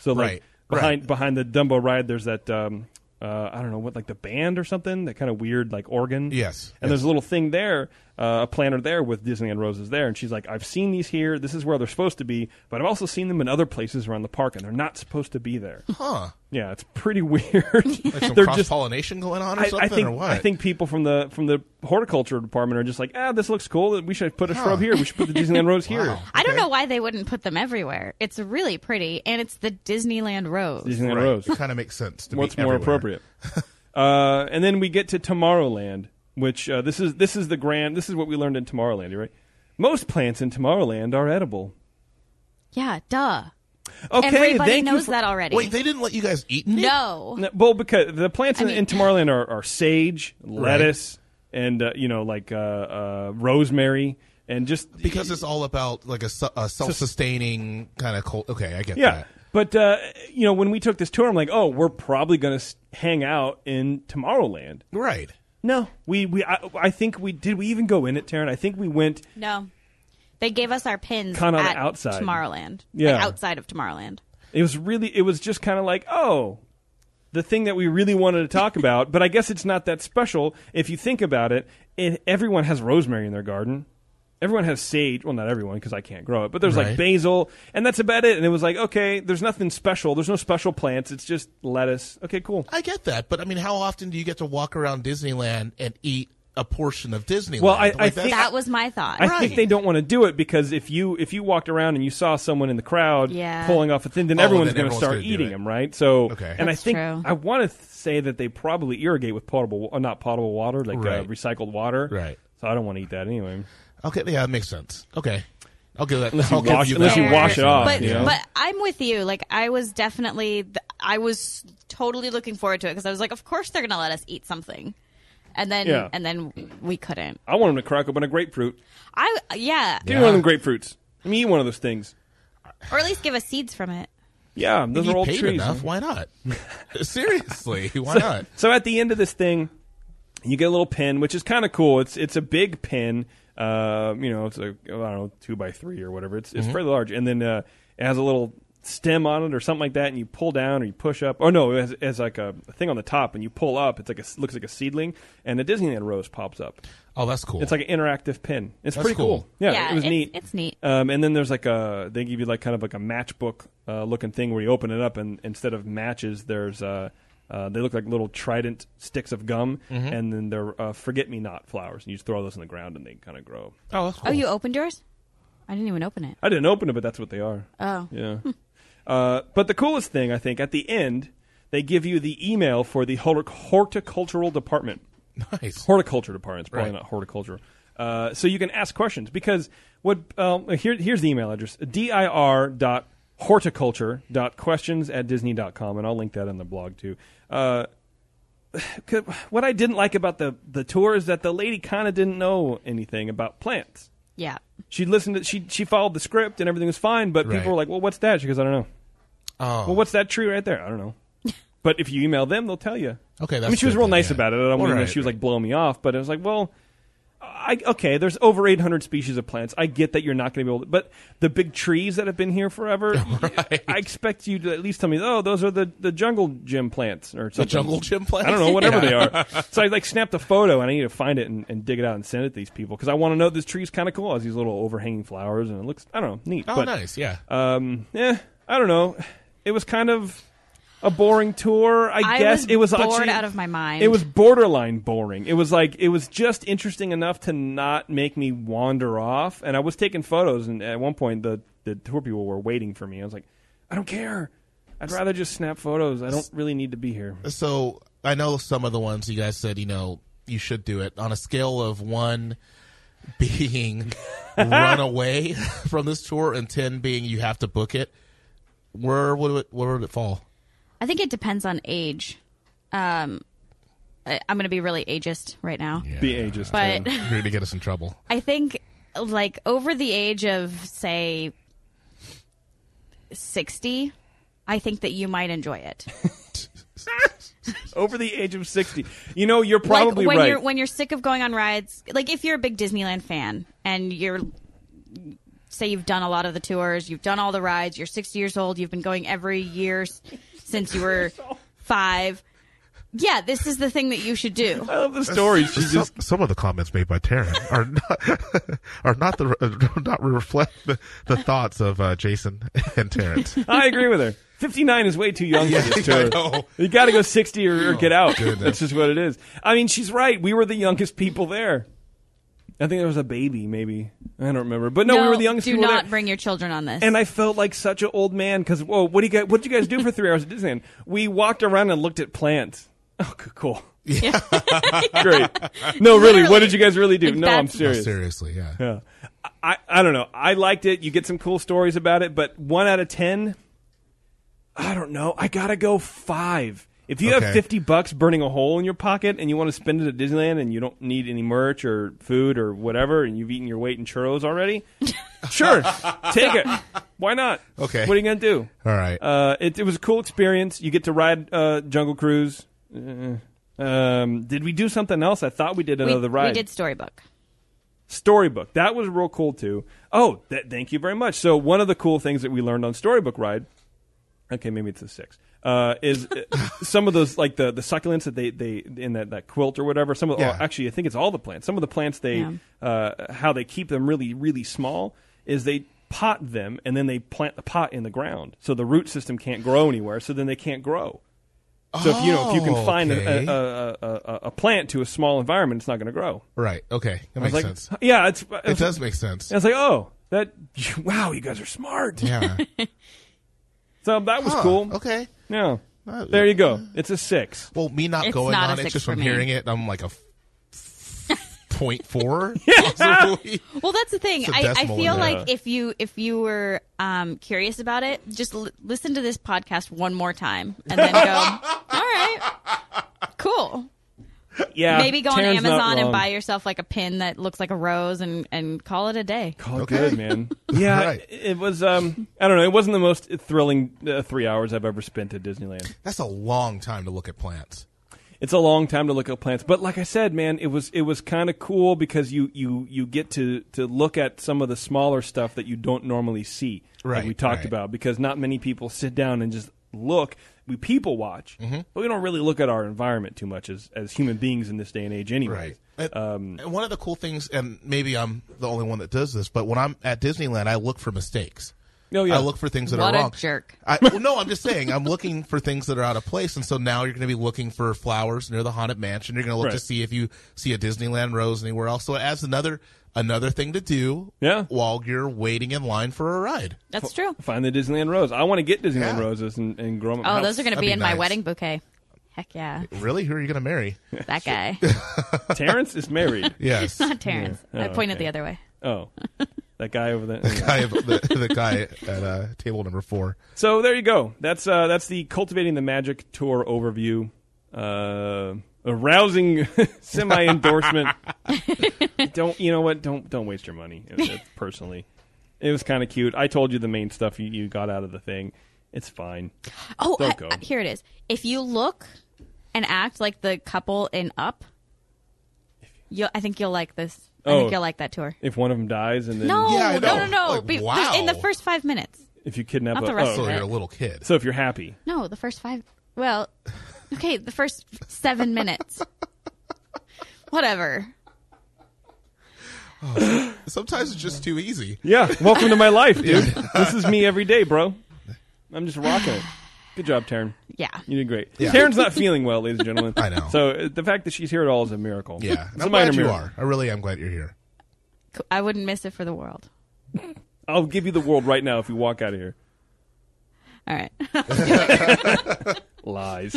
Speaker 2: So like
Speaker 3: Right,
Speaker 2: behind behind the Dumbo ride, there's that. Um, uh, I don't know what, like the band or something, that kind of weird like organ.
Speaker 3: Yes,
Speaker 2: And there's a little thing there, uh, a planter there with Disneyland roses there, and she's like, I've seen these here. This is where they're supposed to be, but I've also seen them in other places around the park, and they're not supposed to be there.
Speaker 3: Huh.
Speaker 2: Yeah, it's pretty weird.
Speaker 3: Like some
Speaker 2: They're
Speaker 3: cross
Speaker 2: just-
Speaker 3: pollination going on or
Speaker 2: I,
Speaker 3: something
Speaker 2: I think
Speaker 3: or what?
Speaker 2: I think people from the from the horticulture department are just like, ah, this looks cool. We should put a shrub here. We should put the Disneyland rose here.
Speaker 3: Wow.
Speaker 4: I don't
Speaker 3: Okay.
Speaker 4: know why they wouldn't put them everywhere. It's really pretty, and it's the Disneyland Rose.
Speaker 2: Disneyland
Speaker 3: Right.
Speaker 2: rose.
Speaker 3: It kind of makes sense to
Speaker 2: What's
Speaker 3: be
Speaker 2: more
Speaker 3: everywhere.
Speaker 2: appropriate? Uh, and then we get to Tomorrowland, which uh, this is this is the grand. This is what we learned in Tomorrowland, right? Most plants in Tomorrowland are edible.
Speaker 4: Yeah, duh.
Speaker 2: Okay,
Speaker 4: Everybody
Speaker 2: thank you
Speaker 4: knows
Speaker 2: for-
Speaker 4: that already.
Speaker 3: Wait, they didn't let you guys eat in it?
Speaker 4: no.
Speaker 2: No, well, because the plants
Speaker 4: I
Speaker 2: in,
Speaker 4: mean-
Speaker 2: in Tomorrowland are, are sage, lettuce, and uh, you know, like uh, uh, rosemary, and just
Speaker 3: Because it's all about like a, su- a self-sustaining kind of cult. Okay, I get
Speaker 2: yeah.
Speaker 3: that.
Speaker 2: But uh, you know, when we took this tour, I'm like, oh, we're probably going to hang out in Tomorrowland.
Speaker 3: Right.
Speaker 2: No, we we I, I think we did. We even go in it, Taryn. I think we went.
Speaker 4: No. They gave us our pins
Speaker 2: Kinda on the
Speaker 4: at
Speaker 2: outside.
Speaker 4: Tomorrowland. Like,
Speaker 2: Yeah.
Speaker 4: outside of Tomorrowland.
Speaker 2: It was really. It was just kind of like, oh, the thing that we really wanted to talk about. But I guess it's not that special if you think about it. it everyone has rosemary in their garden. Everyone has sage. Well, not everyone because I can't grow it. But there's
Speaker 3: Right.
Speaker 2: like basil, and that's about it. And it was like, okay, there's nothing special. There's no special plants. It's just lettuce. Okay, cool.
Speaker 3: I get that, but I mean, how often do you get to walk around Disneyland and eat a portion of Disneyland?
Speaker 2: Well, I- I
Speaker 3: that's-
Speaker 2: think-
Speaker 4: That was my thought.
Speaker 2: I think they don't want to do it because if you if you walked around and you saw someone in the crowd
Speaker 4: Yeah.
Speaker 2: pulling off a thing, then
Speaker 3: Oh,
Speaker 2: everyone's
Speaker 3: then
Speaker 2: going to
Speaker 3: everyone's
Speaker 2: start
Speaker 3: gonna do
Speaker 2: eating
Speaker 3: it.
Speaker 2: them, right? So,
Speaker 3: Okay.
Speaker 2: and
Speaker 4: That's
Speaker 2: I think
Speaker 4: true.
Speaker 2: I want to say that they probably irrigate with potable, uh, not potable water, like uh,
Speaker 3: Right.
Speaker 2: recycled water,
Speaker 3: Right.
Speaker 2: So I don't want to eat that anyway.
Speaker 3: okay, yeah, that makes sense. Okay, I'll give that.
Speaker 2: you
Speaker 3: I'll give
Speaker 2: wash- unless you
Speaker 4: Fair.
Speaker 3: that.
Speaker 2: wash it off,
Speaker 4: But
Speaker 2: you know?
Speaker 4: but I'm with you. Like I was definitely th- I was totally looking forward to it because I was like, of course they're gonna let us eat something, and then
Speaker 2: Yeah.
Speaker 4: and then we couldn't.
Speaker 2: I want them to crack open a grapefruit.
Speaker 4: I yeah,
Speaker 2: Give me one of them grapefruits. Let me eat one of those things.
Speaker 4: or at least give us seeds from it.
Speaker 2: Yeah, those
Speaker 3: you
Speaker 2: are old
Speaker 3: paid
Speaker 2: trees.
Speaker 3: enough. Why not? Seriously, why not?
Speaker 2: So at the end of this thing, you get a little pin, which is kind of cool. It's it's a big pin. Uh, you know, it's a I don't know two by three or whatever. It's it's fairly large, and then uh, it has a little stem on it or something like that, and you pull down or you push up. Oh no, it has, it has like a thing on the top, and you pull up. It's like a, looks like a seedling, and a Disneyland rose pops up.
Speaker 3: Oh, that's cool.
Speaker 2: It's like an interactive pin. It's
Speaker 3: That's
Speaker 2: pretty cool.
Speaker 3: cool.
Speaker 2: Yeah,
Speaker 4: Yeah,
Speaker 2: it was
Speaker 4: it's-
Speaker 2: neat.
Speaker 4: it's neat.
Speaker 2: Um, and then there's like a they give you like kind of like a matchbook uh, looking thing where you open it up and instead of matches there's uh, uh, they look like little trident sticks of gum and then they're uh, forget me not flowers and you just throw those in the ground and they kind of grow.
Speaker 3: oh, that's cool.
Speaker 4: Oh, you opened yours? I didn't even open it.
Speaker 2: I didn't open it, but that's what they are.
Speaker 4: Oh.
Speaker 2: yeah. uh, but the coolest thing I think at the end they give you the email for the hor- horticultural department.
Speaker 3: nice.
Speaker 2: horticulture department. It's probably
Speaker 3: Right.
Speaker 2: not horticulture. Uh, so you can ask questions because what um, here, here's the email address dir dot horticulture dot questions at disney dot com and I'll link that in the blog too. Uh, could- what I didn't like about the the tour is that the lady kind of didn't know anything about plants.
Speaker 4: Yeah,
Speaker 2: She listened to she she followed the script and everything was fine, but
Speaker 3: Right.
Speaker 2: people were like, "Well, what's that?" She goes, "I don't know."
Speaker 3: Oh,
Speaker 2: Well, what's that tree right there? I don't know. But if you email them, they'll tell you.
Speaker 3: Okay,
Speaker 2: I
Speaker 3: that's
Speaker 2: mean, she was
Speaker 3: good
Speaker 2: real
Speaker 3: then,
Speaker 2: nice
Speaker 3: yeah.
Speaker 2: about it. I don't mean
Speaker 3: Alright,
Speaker 2: that she was
Speaker 3: right.
Speaker 2: like blowing me off, but it was like, well, I, okay, there's over 800 species of plants. I get that you're not going to be able to, but the big trees that have been here forever, I expect you to at least tell me, oh, those are the, the jungle gym plants or something.
Speaker 3: jungle gym plants?
Speaker 2: I don't know, whatever
Speaker 3: Yeah.
Speaker 2: they are. So I like snapped a photo and I need to find it and, and dig it out and send it to these people because I want to know this tree's kind of cool. It has these little overhanging flowers and it looks, I don't know, neat.
Speaker 3: oh,
Speaker 2: but,
Speaker 3: nice. Yeah.
Speaker 2: um, eh, I don't know. It was kind of a boring tour. I,
Speaker 4: I
Speaker 2: guess
Speaker 4: was
Speaker 2: it was
Speaker 4: bored
Speaker 2: actually-
Speaker 4: out of my mind.
Speaker 2: It was borderline boring. It was like it was just interesting enough to not make me wander off. And I was taking photos, and at one point the the tour people were waiting for me. I was like, I don't care. I'd rather just snap photos. I don't really need to be here.
Speaker 3: so I know some of the ones you guys said, you know, you should do it on a scale of one being run away from this tour and 10 being you have to book it. Where would it, where would it fall?
Speaker 4: I think it depends on age. Um, I, I'm gonna be really ageist right now,
Speaker 2: Be ageist.
Speaker 4: but.
Speaker 3: You're going to get us in trouble.
Speaker 4: I think like over the age of say 60, I think that you might enjoy it.
Speaker 2: over the age of sixty, you know you're
Speaker 4: Like,
Speaker 2: probably
Speaker 4: when
Speaker 2: right.
Speaker 4: you're when you're sick of going on rides, like if you're a big Disneyland fan and you're say you've done a lot of the tours, you've done all the rides, you're 60 years old, you've been going every year s- since you were 5. Yeah, this is the thing that you should do.
Speaker 2: I love the stories. She's
Speaker 5: some,
Speaker 2: just
Speaker 5: some of the comments made by Taryn are not are not the uh, not reflect the, the thoughts of uh, Jason and Taryn.
Speaker 2: I agree with her. 59 is way too young for this
Speaker 3: I
Speaker 2: tour.
Speaker 3: know.
Speaker 2: You got to go 60 or, or get out. That's just what it is. I mean, she's right. We were the youngest people there. I think there was a baby, maybe. I don't remember. But no, we were the youngest
Speaker 4: do
Speaker 2: people
Speaker 4: not
Speaker 2: there.
Speaker 4: bring your children on this.
Speaker 2: and I felt like such an old man because, whoa, what do you guys, what did you guys do for three hours at Disneyland? We walked around and looked at plants. Oh, c- cool. Great. No, really, what
Speaker 4: Literally.
Speaker 2: did you guys really do?
Speaker 4: Like,
Speaker 2: No, I'm
Speaker 4: that's-
Speaker 2: serious.
Speaker 3: Seriously, yeah.
Speaker 2: Yeah. I, I don't know. I liked it. You get some cool stories about it, but one out of ten, I don't know. I gotta go five. If you
Speaker 3: Okay.
Speaker 2: have fifty bucks burning a hole in your pocket and you want to spend it at Disneyland and you don't need any merch or food or whatever, and you've eaten your weight in churros already, sure, take it. Why not?
Speaker 3: Okay.
Speaker 2: What are you gonna do?
Speaker 3: All right.
Speaker 2: Uh, it, it was a cool experience. You get to ride uh, Jungle Cruise. Uh, um, did we do something else? I thought we did
Speaker 4: We,
Speaker 2: another ride.
Speaker 4: we did storybook.
Speaker 2: Storybook. That was real cool too. Oh, th- thank you very much. So one of the cool things that we learned on Storybook Ride, okay, maybe it's a six, uh, is uh, some of those like the the succulents that they they in that, that quilt or whatever. Some of
Speaker 3: Yeah.
Speaker 2: oh, actually, I think it's all the plants. Some of the plants they
Speaker 4: Yeah.
Speaker 2: uh, how they keep them really really small is they pot them and then they plant the pot in the ground so the root system can't grow anywhere. So then they can't grow. So if you know if you can
Speaker 3: Oh,
Speaker 2: find
Speaker 3: okay.
Speaker 2: a, a, a, a, a plant to a small environment, it's not going to grow.
Speaker 3: right. Okay. That
Speaker 2: I
Speaker 3: makes
Speaker 2: was like,
Speaker 3: sense.
Speaker 2: yeah, it's
Speaker 3: It does make sense.
Speaker 2: and I was like, oh, that, wow, you guys are smart.
Speaker 3: Yeah.
Speaker 2: So that was
Speaker 3: Huh,
Speaker 2: cool.
Speaker 3: Okay.
Speaker 2: Yeah.
Speaker 3: Uh,
Speaker 2: There you go. It's a six.
Speaker 3: Well, me not
Speaker 4: It's
Speaker 3: going
Speaker 4: not a
Speaker 3: on it
Speaker 4: six
Speaker 3: just
Speaker 4: for
Speaker 3: from
Speaker 4: me.
Speaker 3: hearing it, I'm like a f- point four. possibly.
Speaker 4: Well, that's the thing.
Speaker 3: It's a
Speaker 4: I, I
Speaker 3: decimal in
Speaker 4: feel
Speaker 3: there.
Speaker 4: like if you if you were um, curious about it, just l- listen to this podcast one more time and then go. All right, cool.
Speaker 2: Yeah.
Speaker 4: Maybe go on
Speaker 2: Taryn's not
Speaker 4: Amazon and
Speaker 2: wrong.
Speaker 4: buy yourself like a pin that looks like a rose and and call it a day.
Speaker 2: Oh,
Speaker 3: Okay.
Speaker 2: good, man. Yeah.
Speaker 3: All right.
Speaker 2: It was, um, I don't know. It wasn't the most thrilling uh, three hours I've ever spent at Disneyland.
Speaker 3: That's a long time to look at plants.
Speaker 2: It's a long time to look at plants, but like I said, man, it was it was kind of cool because you you you get to to look at some of the smaller stuff that you don't normally see, like
Speaker 3: Right,
Speaker 2: we talked
Speaker 3: right.
Speaker 2: about. Because not many people sit down and just look. We people watch,
Speaker 3: Mm-hmm.
Speaker 2: but we don't really look at our environment too much as as human beings in this day and age, anyway.
Speaker 3: And, and one of the cool things, and maybe I'm the only one that does this, but when I'm at Disneyland, I look for mistakes.
Speaker 2: Oh, yeah.
Speaker 3: I look for things that
Speaker 4: What
Speaker 3: are
Speaker 4: a
Speaker 3: wrong.
Speaker 4: jerk.
Speaker 3: I, well, no, I'm just saying I'm looking for things that are out of place, and so now you're going to be looking for flowers near the haunted mansion. You're going to look to
Speaker 2: Right.
Speaker 3: see if you see a Disneyland rose anywhere else. So it adds another another thing to do.
Speaker 2: Yeah.
Speaker 3: while you're waiting in line for a ride.
Speaker 4: That's true.
Speaker 2: Find the Disneyland rose. I want to get Disneyland
Speaker 3: Yeah.
Speaker 2: roses and, and grow them. at my
Speaker 4: Oh,
Speaker 2: house.
Speaker 4: those are going to
Speaker 3: That'd
Speaker 4: be
Speaker 3: be
Speaker 4: in my
Speaker 3: nice.
Speaker 4: wedding bouquet. Heck yeah,
Speaker 3: Really, who are you going to marry?
Speaker 4: that guy,
Speaker 2: Terrence is married.
Speaker 3: Yes,
Speaker 4: not Terrence. I pointed
Speaker 2: okay.
Speaker 4: the other way.
Speaker 2: Oh, that guy over there.
Speaker 3: I have the, the guy at uh, table number four.
Speaker 2: So there you go. That's uh, that's the cultivating the magic tour overview. Uh, a rousing semi endorsement. don't you know what? Don't don't waste your money. It- it- Personally, it was kind of cute. I told you the main stuff you, you got out of the thing. It's fine.
Speaker 4: Oh,
Speaker 2: Don't
Speaker 4: I-
Speaker 2: go.
Speaker 4: I- here it is. If you look and act like the couple in Up, you I think you'll like this. I
Speaker 2: Oh.
Speaker 4: think you'll like that tour.
Speaker 2: If one of them dies, and then
Speaker 4: No,
Speaker 3: Yeah, I
Speaker 4: no, no,
Speaker 3: know.
Speaker 4: no.
Speaker 3: Like,
Speaker 4: Be- there's-
Speaker 3: wow.
Speaker 4: In the first five minutes.
Speaker 2: if you kidnap
Speaker 4: Not
Speaker 2: a,
Speaker 4: the rest
Speaker 2: oh,
Speaker 3: So
Speaker 4: Okay.
Speaker 3: you're a little kid.
Speaker 2: so if you're happy,
Speaker 4: No, the first five. Well, okay, the first seven minutes. Whatever.
Speaker 3: Sometimes it's just too easy.
Speaker 2: yeah. Welcome to my life, dude. this is me every day, bro. I'm just rocking it. Good job, Taryn.
Speaker 4: Yeah.
Speaker 2: You did great.
Speaker 3: Yeah.
Speaker 2: Taryn's not feeling well, ladies and gentlemen.
Speaker 3: I know.
Speaker 2: So uh, the fact that she's here at all is a miracle.
Speaker 3: Yeah,
Speaker 2: it's
Speaker 3: and
Speaker 2: a
Speaker 3: I'm
Speaker 2: minor
Speaker 3: glad you
Speaker 2: miracle.
Speaker 3: are. I really am glad you're here.
Speaker 4: Co- I wouldn't miss it for the world.
Speaker 2: I'll give you the world right now if you walk out of here.
Speaker 4: All right.
Speaker 2: Lies.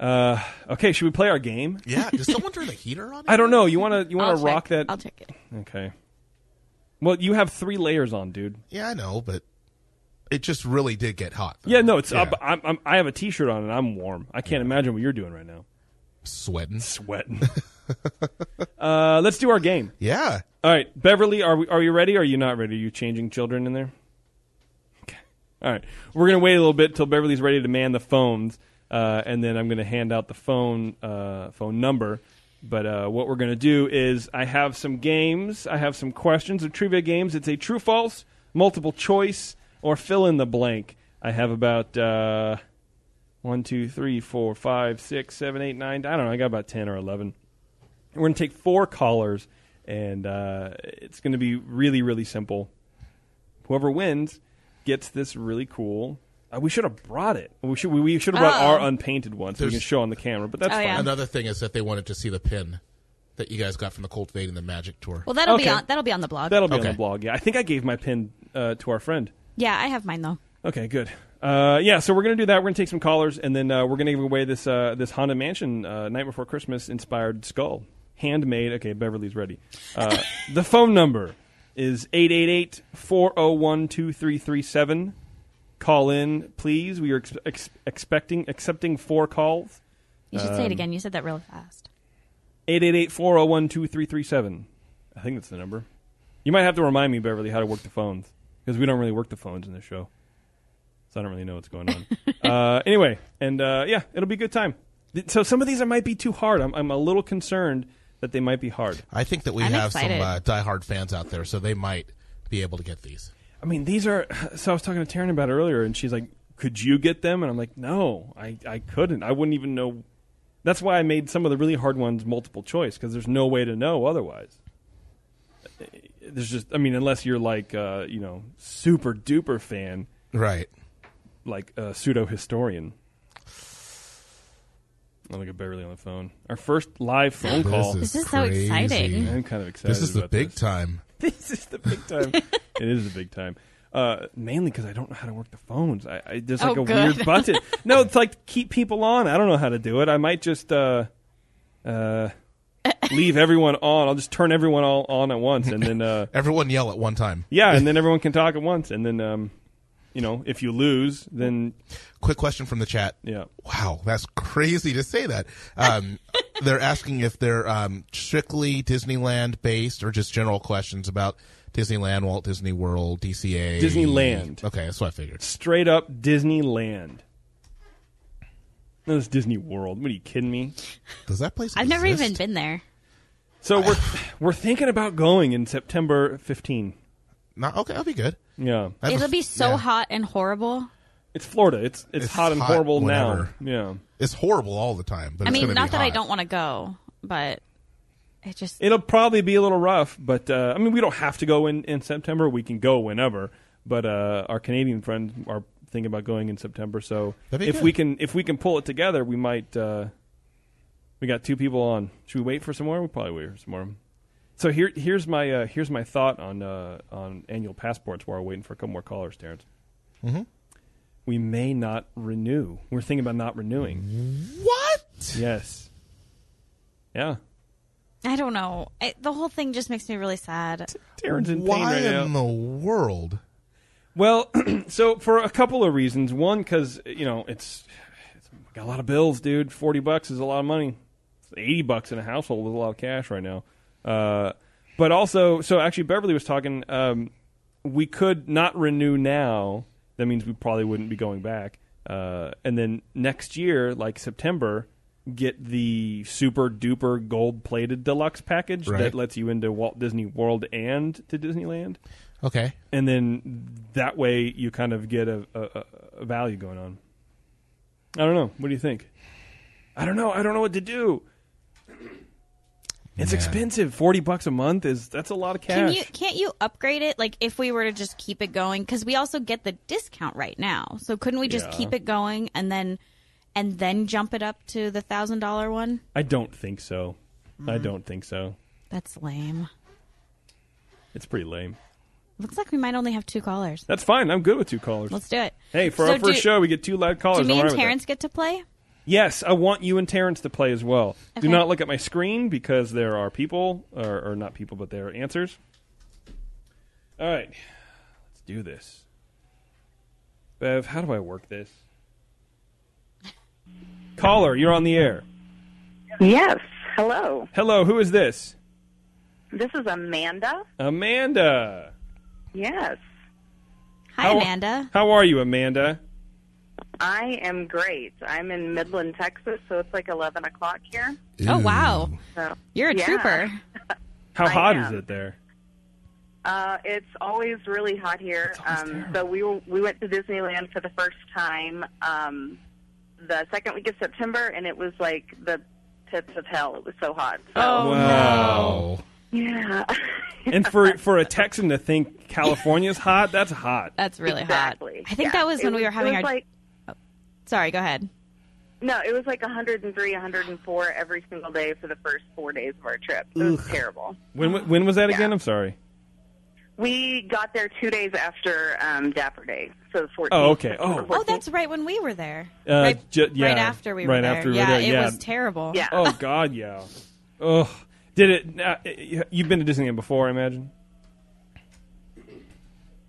Speaker 2: uh, okay, should we play our game?
Speaker 3: Yeah, does someone turn the heater on?
Speaker 2: I don't know. You wanna you
Speaker 4: I'll
Speaker 2: wanna
Speaker 4: check.
Speaker 2: rock that?
Speaker 4: I'll check it.
Speaker 2: Okay. Well, you have three layers on, dude.
Speaker 3: Yeah, I know, but it just really did get hot. though.
Speaker 2: Yeah, no, it's
Speaker 3: Yeah.
Speaker 2: up. I'm, I'm, I have a T-shirt on and I'm warm. I can't imagine what you're doing right now.
Speaker 3: sweating.
Speaker 2: Sweating. uh, let's do our game.
Speaker 3: Yeah,
Speaker 2: All right, Beverly, are we, are you ready? Or are you not ready? Are you changing children in there? Okay. All right, we're gonna wait a little bit till Beverly's ready to man the phones, uh, and then I'm gonna hand out the phone uh, phone number. But uh, what we're gonna do is I have some games, I have some questions of trivia games. It's a true false, multiple choice, or fill in the blank. I have about uh, one, two, three, four, five, six, seven, eight, nine. I don't know. I got about ten or eleven. We're going to take four callers, and uh, it's going to be really, really simple. Whoever wins gets this really cool. Uh, we should have brought it. We should we should have brought
Speaker 4: Oh.
Speaker 2: our unpainted one so we can
Speaker 3: There's-
Speaker 2: show on the camera. But that's
Speaker 4: Oh,
Speaker 2: fine.
Speaker 4: yeah.
Speaker 3: another thing is that they wanted to see the pin that you guys got from the cultivating the magic tour.
Speaker 4: Well, that'll
Speaker 2: Okay.
Speaker 4: be on that'll be on the blog.
Speaker 2: That'll be on
Speaker 3: Okay.
Speaker 2: the blog. Yeah, I think I gave my pin uh, to our friend.
Speaker 4: yeah, I have mine though.
Speaker 2: Okay, good. Uh, yeah, so we're gonna do that. We're gonna take some callers, and then uh, we're gonna give away this uh, this Haunted Mansion uh, Night Before Christmas inspired skull, handmade. Okay, Beverly's ready. Uh, the phone number is 888-401-2337. Call in, please. We are ex- ex- expecting accepting four calls.
Speaker 4: You should say it again. You said that really fast.
Speaker 2: 888-401-2337. I think that's the number. You might have to remind me, Beverly, how to work the phones because we don't really work the phones in this show. So I don't really know what's going on. uh, anyway, and uh, yeah, it'll be a good time. Th- So some of these I might be too hard. I'm, I'm a little concerned that they might be hard.
Speaker 3: I think that we
Speaker 4: I'm
Speaker 3: have
Speaker 4: excited.
Speaker 3: some uh, diehard fans out there, so they might be able to get these.
Speaker 2: I mean, these are. So I was talking to Taryn about it earlier, and she's like, "Could you get them?" And I'm like, "No, I, I couldn't. I wouldn't even know." That's why I made some of the really hard ones multiple choice because there's no way to know otherwise. Uh, There's just, I mean, unless you're like, uh, you know, super duper fan,
Speaker 3: Right.
Speaker 2: like a pseudo historian. I think I barely on the phone. Our first live phone call.
Speaker 4: This is so exciting.
Speaker 2: I'm kind of excited.
Speaker 3: This is the
Speaker 2: about
Speaker 3: big
Speaker 2: this.
Speaker 3: time.
Speaker 2: this is the big time. it is the big time. Uh, mainly because I don't know how to work the phones. I, I there's like
Speaker 4: Oh,
Speaker 2: a
Speaker 4: good.
Speaker 2: weird button. No, it's like keep people on. I don't know how to do it. I might just uh, uh, leave everyone on. I'll just turn everyone all on at once, and then uh,
Speaker 3: Everyone yell at one time.
Speaker 2: yeah, and then everyone can talk at once, and then um, you know, if you lose, then
Speaker 3: Quick question from the chat.
Speaker 2: yeah.
Speaker 3: Wow, that's crazy to say that. Um, they're asking if they're um, strictly Disneyland based or just general questions about Disneyland, Walt Disney World, DCA.
Speaker 2: Disneyland.
Speaker 3: Okay, that's what I figured.
Speaker 2: straight up Disneyland. No, it's Disney World. What are you kidding me?
Speaker 3: Does that place
Speaker 4: I've never
Speaker 3: exist?
Speaker 4: even been there.
Speaker 2: So we're we're thinking about going in September 15.
Speaker 3: No, okay, that'll be good.
Speaker 2: Yeah,
Speaker 3: I have a
Speaker 4: It'll
Speaker 3: f-
Speaker 4: be so
Speaker 3: yeah.
Speaker 4: hot and horrible.
Speaker 2: it's Florida. It's it's,
Speaker 3: It's
Speaker 2: hot and
Speaker 3: hot
Speaker 2: horrible
Speaker 3: whenever.
Speaker 2: now. Yeah,
Speaker 3: It's horrible all the time, but
Speaker 4: I
Speaker 3: it's
Speaker 4: mean,
Speaker 3: gonna be
Speaker 4: not that I
Speaker 3: hot.
Speaker 4: don't want to go, but it just
Speaker 2: it'll probably be a little rough, but uh, I mean we don't have to go in in September. We can go whenever. But uh, our Canadian friends are thinking about going in September. So
Speaker 3: That'd be
Speaker 2: if
Speaker 3: good.
Speaker 2: we can if we can pull it together, we might. Uh, we got two people on. Should we wait for some more? We'll probably wait for some more. So here, here's my uh, here's my thought on uh, on annual passports while we're waiting for a couple more callers, Terrence.
Speaker 3: Mm-hmm.
Speaker 2: We may not renew. We're thinking about not renewing.
Speaker 3: What?
Speaker 2: Yes. Yeah.
Speaker 4: I don't know. I, the whole thing just makes me really sad.
Speaker 2: Terrence in pain
Speaker 3: Why
Speaker 2: right now.
Speaker 3: in the world?
Speaker 2: Well, so for a couple of reasons. One, because you know it's, it's got a lot of bills, dude. Forty bucks is a lot of money. Eighty bucks in a household is a lot of cash right now. Uh, but also, so actually, Beverly was talking. Um, we could not renew now. That means we probably wouldn't be going back. Uh, and then next year, like September, get the super duper gold plated deluxe package
Speaker 3: Right.
Speaker 2: that lets you into Walt Disney World and to Disneyland
Speaker 3: Okay.
Speaker 2: and then that way you kind of get a, a, a- a value going on. I don't know. What do you think? I don't know. I don't know what to do. It's
Speaker 3: Yeah.
Speaker 2: expensive. Forty bucks a month is that's a lot of cash.
Speaker 4: Can you can't you upgrade it? Like if we were to just keep it going, because we also get the discount right now. So couldn't we just
Speaker 2: Yeah.
Speaker 4: keep it going and then and then jump it up to the thousand dollar one?
Speaker 2: I don't think so.
Speaker 4: Mm-hmm.
Speaker 2: I don't think so.
Speaker 4: That's lame.
Speaker 2: It's pretty lame.
Speaker 4: Looks like we might only have two callers.
Speaker 2: That's fine. I'm good with two callers.
Speaker 4: Let's do it.
Speaker 2: hey, for
Speaker 4: So
Speaker 2: our first
Speaker 4: do-
Speaker 2: show, we get two live callers.
Speaker 4: Do
Speaker 2: I'm
Speaker 4: me
Speaker 2: all
Speaker 4: and
Speaker 2: right with that.
Speaker 4: Terrence get to play?
Speaker 2: Yes, I want you and Terrence to play as well. Do
Speaker 4: Okay.
Speaker 2: not look at my screen because there are people, or, or not people, but there are answers. All right, let's do this. Bev, how do I work this? Caller, you're on the air.
Speaker 6: Yes. Hello.
Speaker 2: Hello, who is this?
Speaker 6: This is Amanda.
Speaker 2: Amanda.
Speaker 6: Yes.
Speaker 4: Hi,
Speaker 2: How-
Speaker 4: Amanda.
Speaker 2: How are you, Amanda?
Speaker 6: I am great. I'm in Midland, Texas, so it's like 11 o'clock here.
Speaker 4: Oh wow,
Speaker 6: So
Speaker 4: you're a
Speaker 6: Yeah.
Speaker 4: trooper.
Speaker 2: How
Speaker 6: I
Speaker 2: hot
Speaker 6: am.
Speaker 2: is it there?
Speaker 6: Uh, it's always really hot here.
Speaker 2: always
Speaker 6: Um,
Speaker 2: terrible.
Speaker 6: so we were, we went to Disneyland for the first time um, the second week of September, and it was like the pits of hell. It was so hot. So,
Speaker 4: Oh
Speaker 2: wow.
Speaker 3: Oh.
Speaker 6: yeah.
Speaker 2: And for for a Texan to think California's hot, that's hot.
Speaker 4: that's really
Speaker 6: exactly.
Speaker 4: hot. I think
Speaker 6: Yeah.
Speaker 4: that was
Speaker 6: It
Speaker 4: when we were having
Speaker 6: it
Speaker 4: our.
Speaker 6: was Like,
Speaker 4: Sorry, go ahead.
Speaker 6: no, it was like 103, 104 every single day for the first four days of our trip. It was terrible.
Speaker 2: When when was that again? I'm sorry.
Speaker 6: We got there two days after um, Dapper Day, so the 14th.
Speaker 2: Oh, okay.
Speaker 6: September
Speaker 2: Oh.
Speaker 4: Oh,
Speaker 6: 14th.
Speaker 4: that's right. When we were there,
Speaker 2: Uh,
Speaker 4: right,
Speaker 2: ju- yeah,
Speaker 4: right after we were
Speaker 2: right
Speaker 4: there.
Speaker 2: after we were
Speaker 4: yeah,
Speaker 2: there,
Speaker 4: it
Speaker 2: yeah.
Speaker 4: was terrible.
Speaker 6: Yeah.
Speaker 2: Oh God, yeah. Ugh. Did it? Uh, you've been to Disneyland before, I imagine.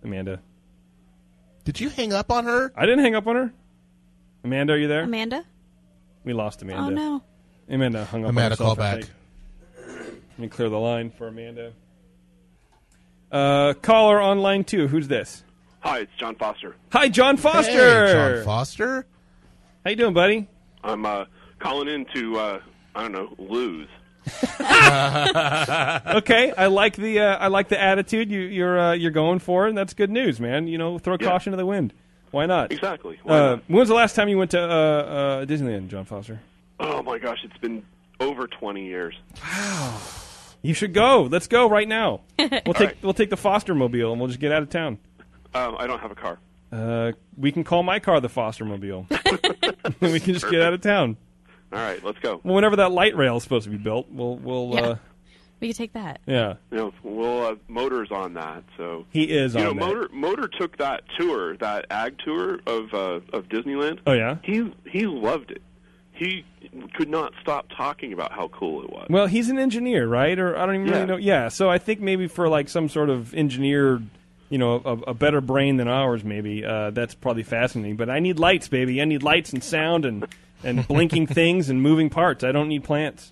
Speaker 2: Amanda,
Speaker 3: Did you hang up on her?
Speaker 2: I didn't hang up on her. Amanda, are you there?
Speaker 4: Amanda.
Speaker 2: We lost Amanda.
Speaker 4: Oh no.
Speaker 2: Amanda hung up.
Speaker 3: Amanda,
Speaker 2: on herself,
Speaker 3: call
Speaker 2: I
Speaker 3: back.
Speaker 2: think. Let me clear the line for Amanda. Uh, caller on line two. Who's this?
Speaker 7: Hi, it's John Foster.
Speaker 2: Hi, John Foster.
Speaker 3: Hey, John Foster.
Speaker 2: How you doing, buddy?
Speaker 7: I'm uh, calling in to uh, I don't know lose.
Speaker 2: okay, I like the uh, I like the attitude you, you're uh, you're going for, and that's good news, man. You know, throw
Speaker 7: Yeah.
Speaker 2: caution to the wind. Why not?
Speaker 7: Exactly. Why
Speaker 2: Uh,
Speaker 7: not?
Speaker 2: when was the last time you went to uh, uh, Disneyland, John Foster?
Speaker 7: Oh my gosh, it's been over 20 years.
Speaker 2: You should go. Let's go right now. We'll take
Speaker 7: right.
Speaker 2: we'll take the Foster mobile and we'll just get out of town.
Speaker 7: Um, I don't have a car.
Speaker 2: Uh, we can call my car the Foster mobile. and we can just get out of town.
Speaker 7: All right, let's go.
Speaker 2: Well, whenever that light rail is supposed to be built, we'll we'll
Speaker 4: Yeah.
Speaker 2: uh,
Speaker 4: We could take that.
Speaker 2: yeah.
Speaker 7: You know, we'll uh, motors on that. So
Speaker 2: He is
Speaker 7: you know,
Speaker 2: on that.
Speaker 7: motor motor took that tour, that ag tour of uh, of Disneyland.
Speaker 2: Oh, yeah?
Speaker 7: He he loved it. He could not stop talking about how cool it was.
Speaker 2: Well, he's an engineer, right? Or I don't even
Speaker 7: Yeah.
Speaker 2: really know. Yeah, so I think maybe for like some sort of engineer, you know, a, a better brain than ours, maybe uh, that's probably fascinating. But I need lights, baby. I need lights and sound and and blinking things and moving parts. I don't need plants.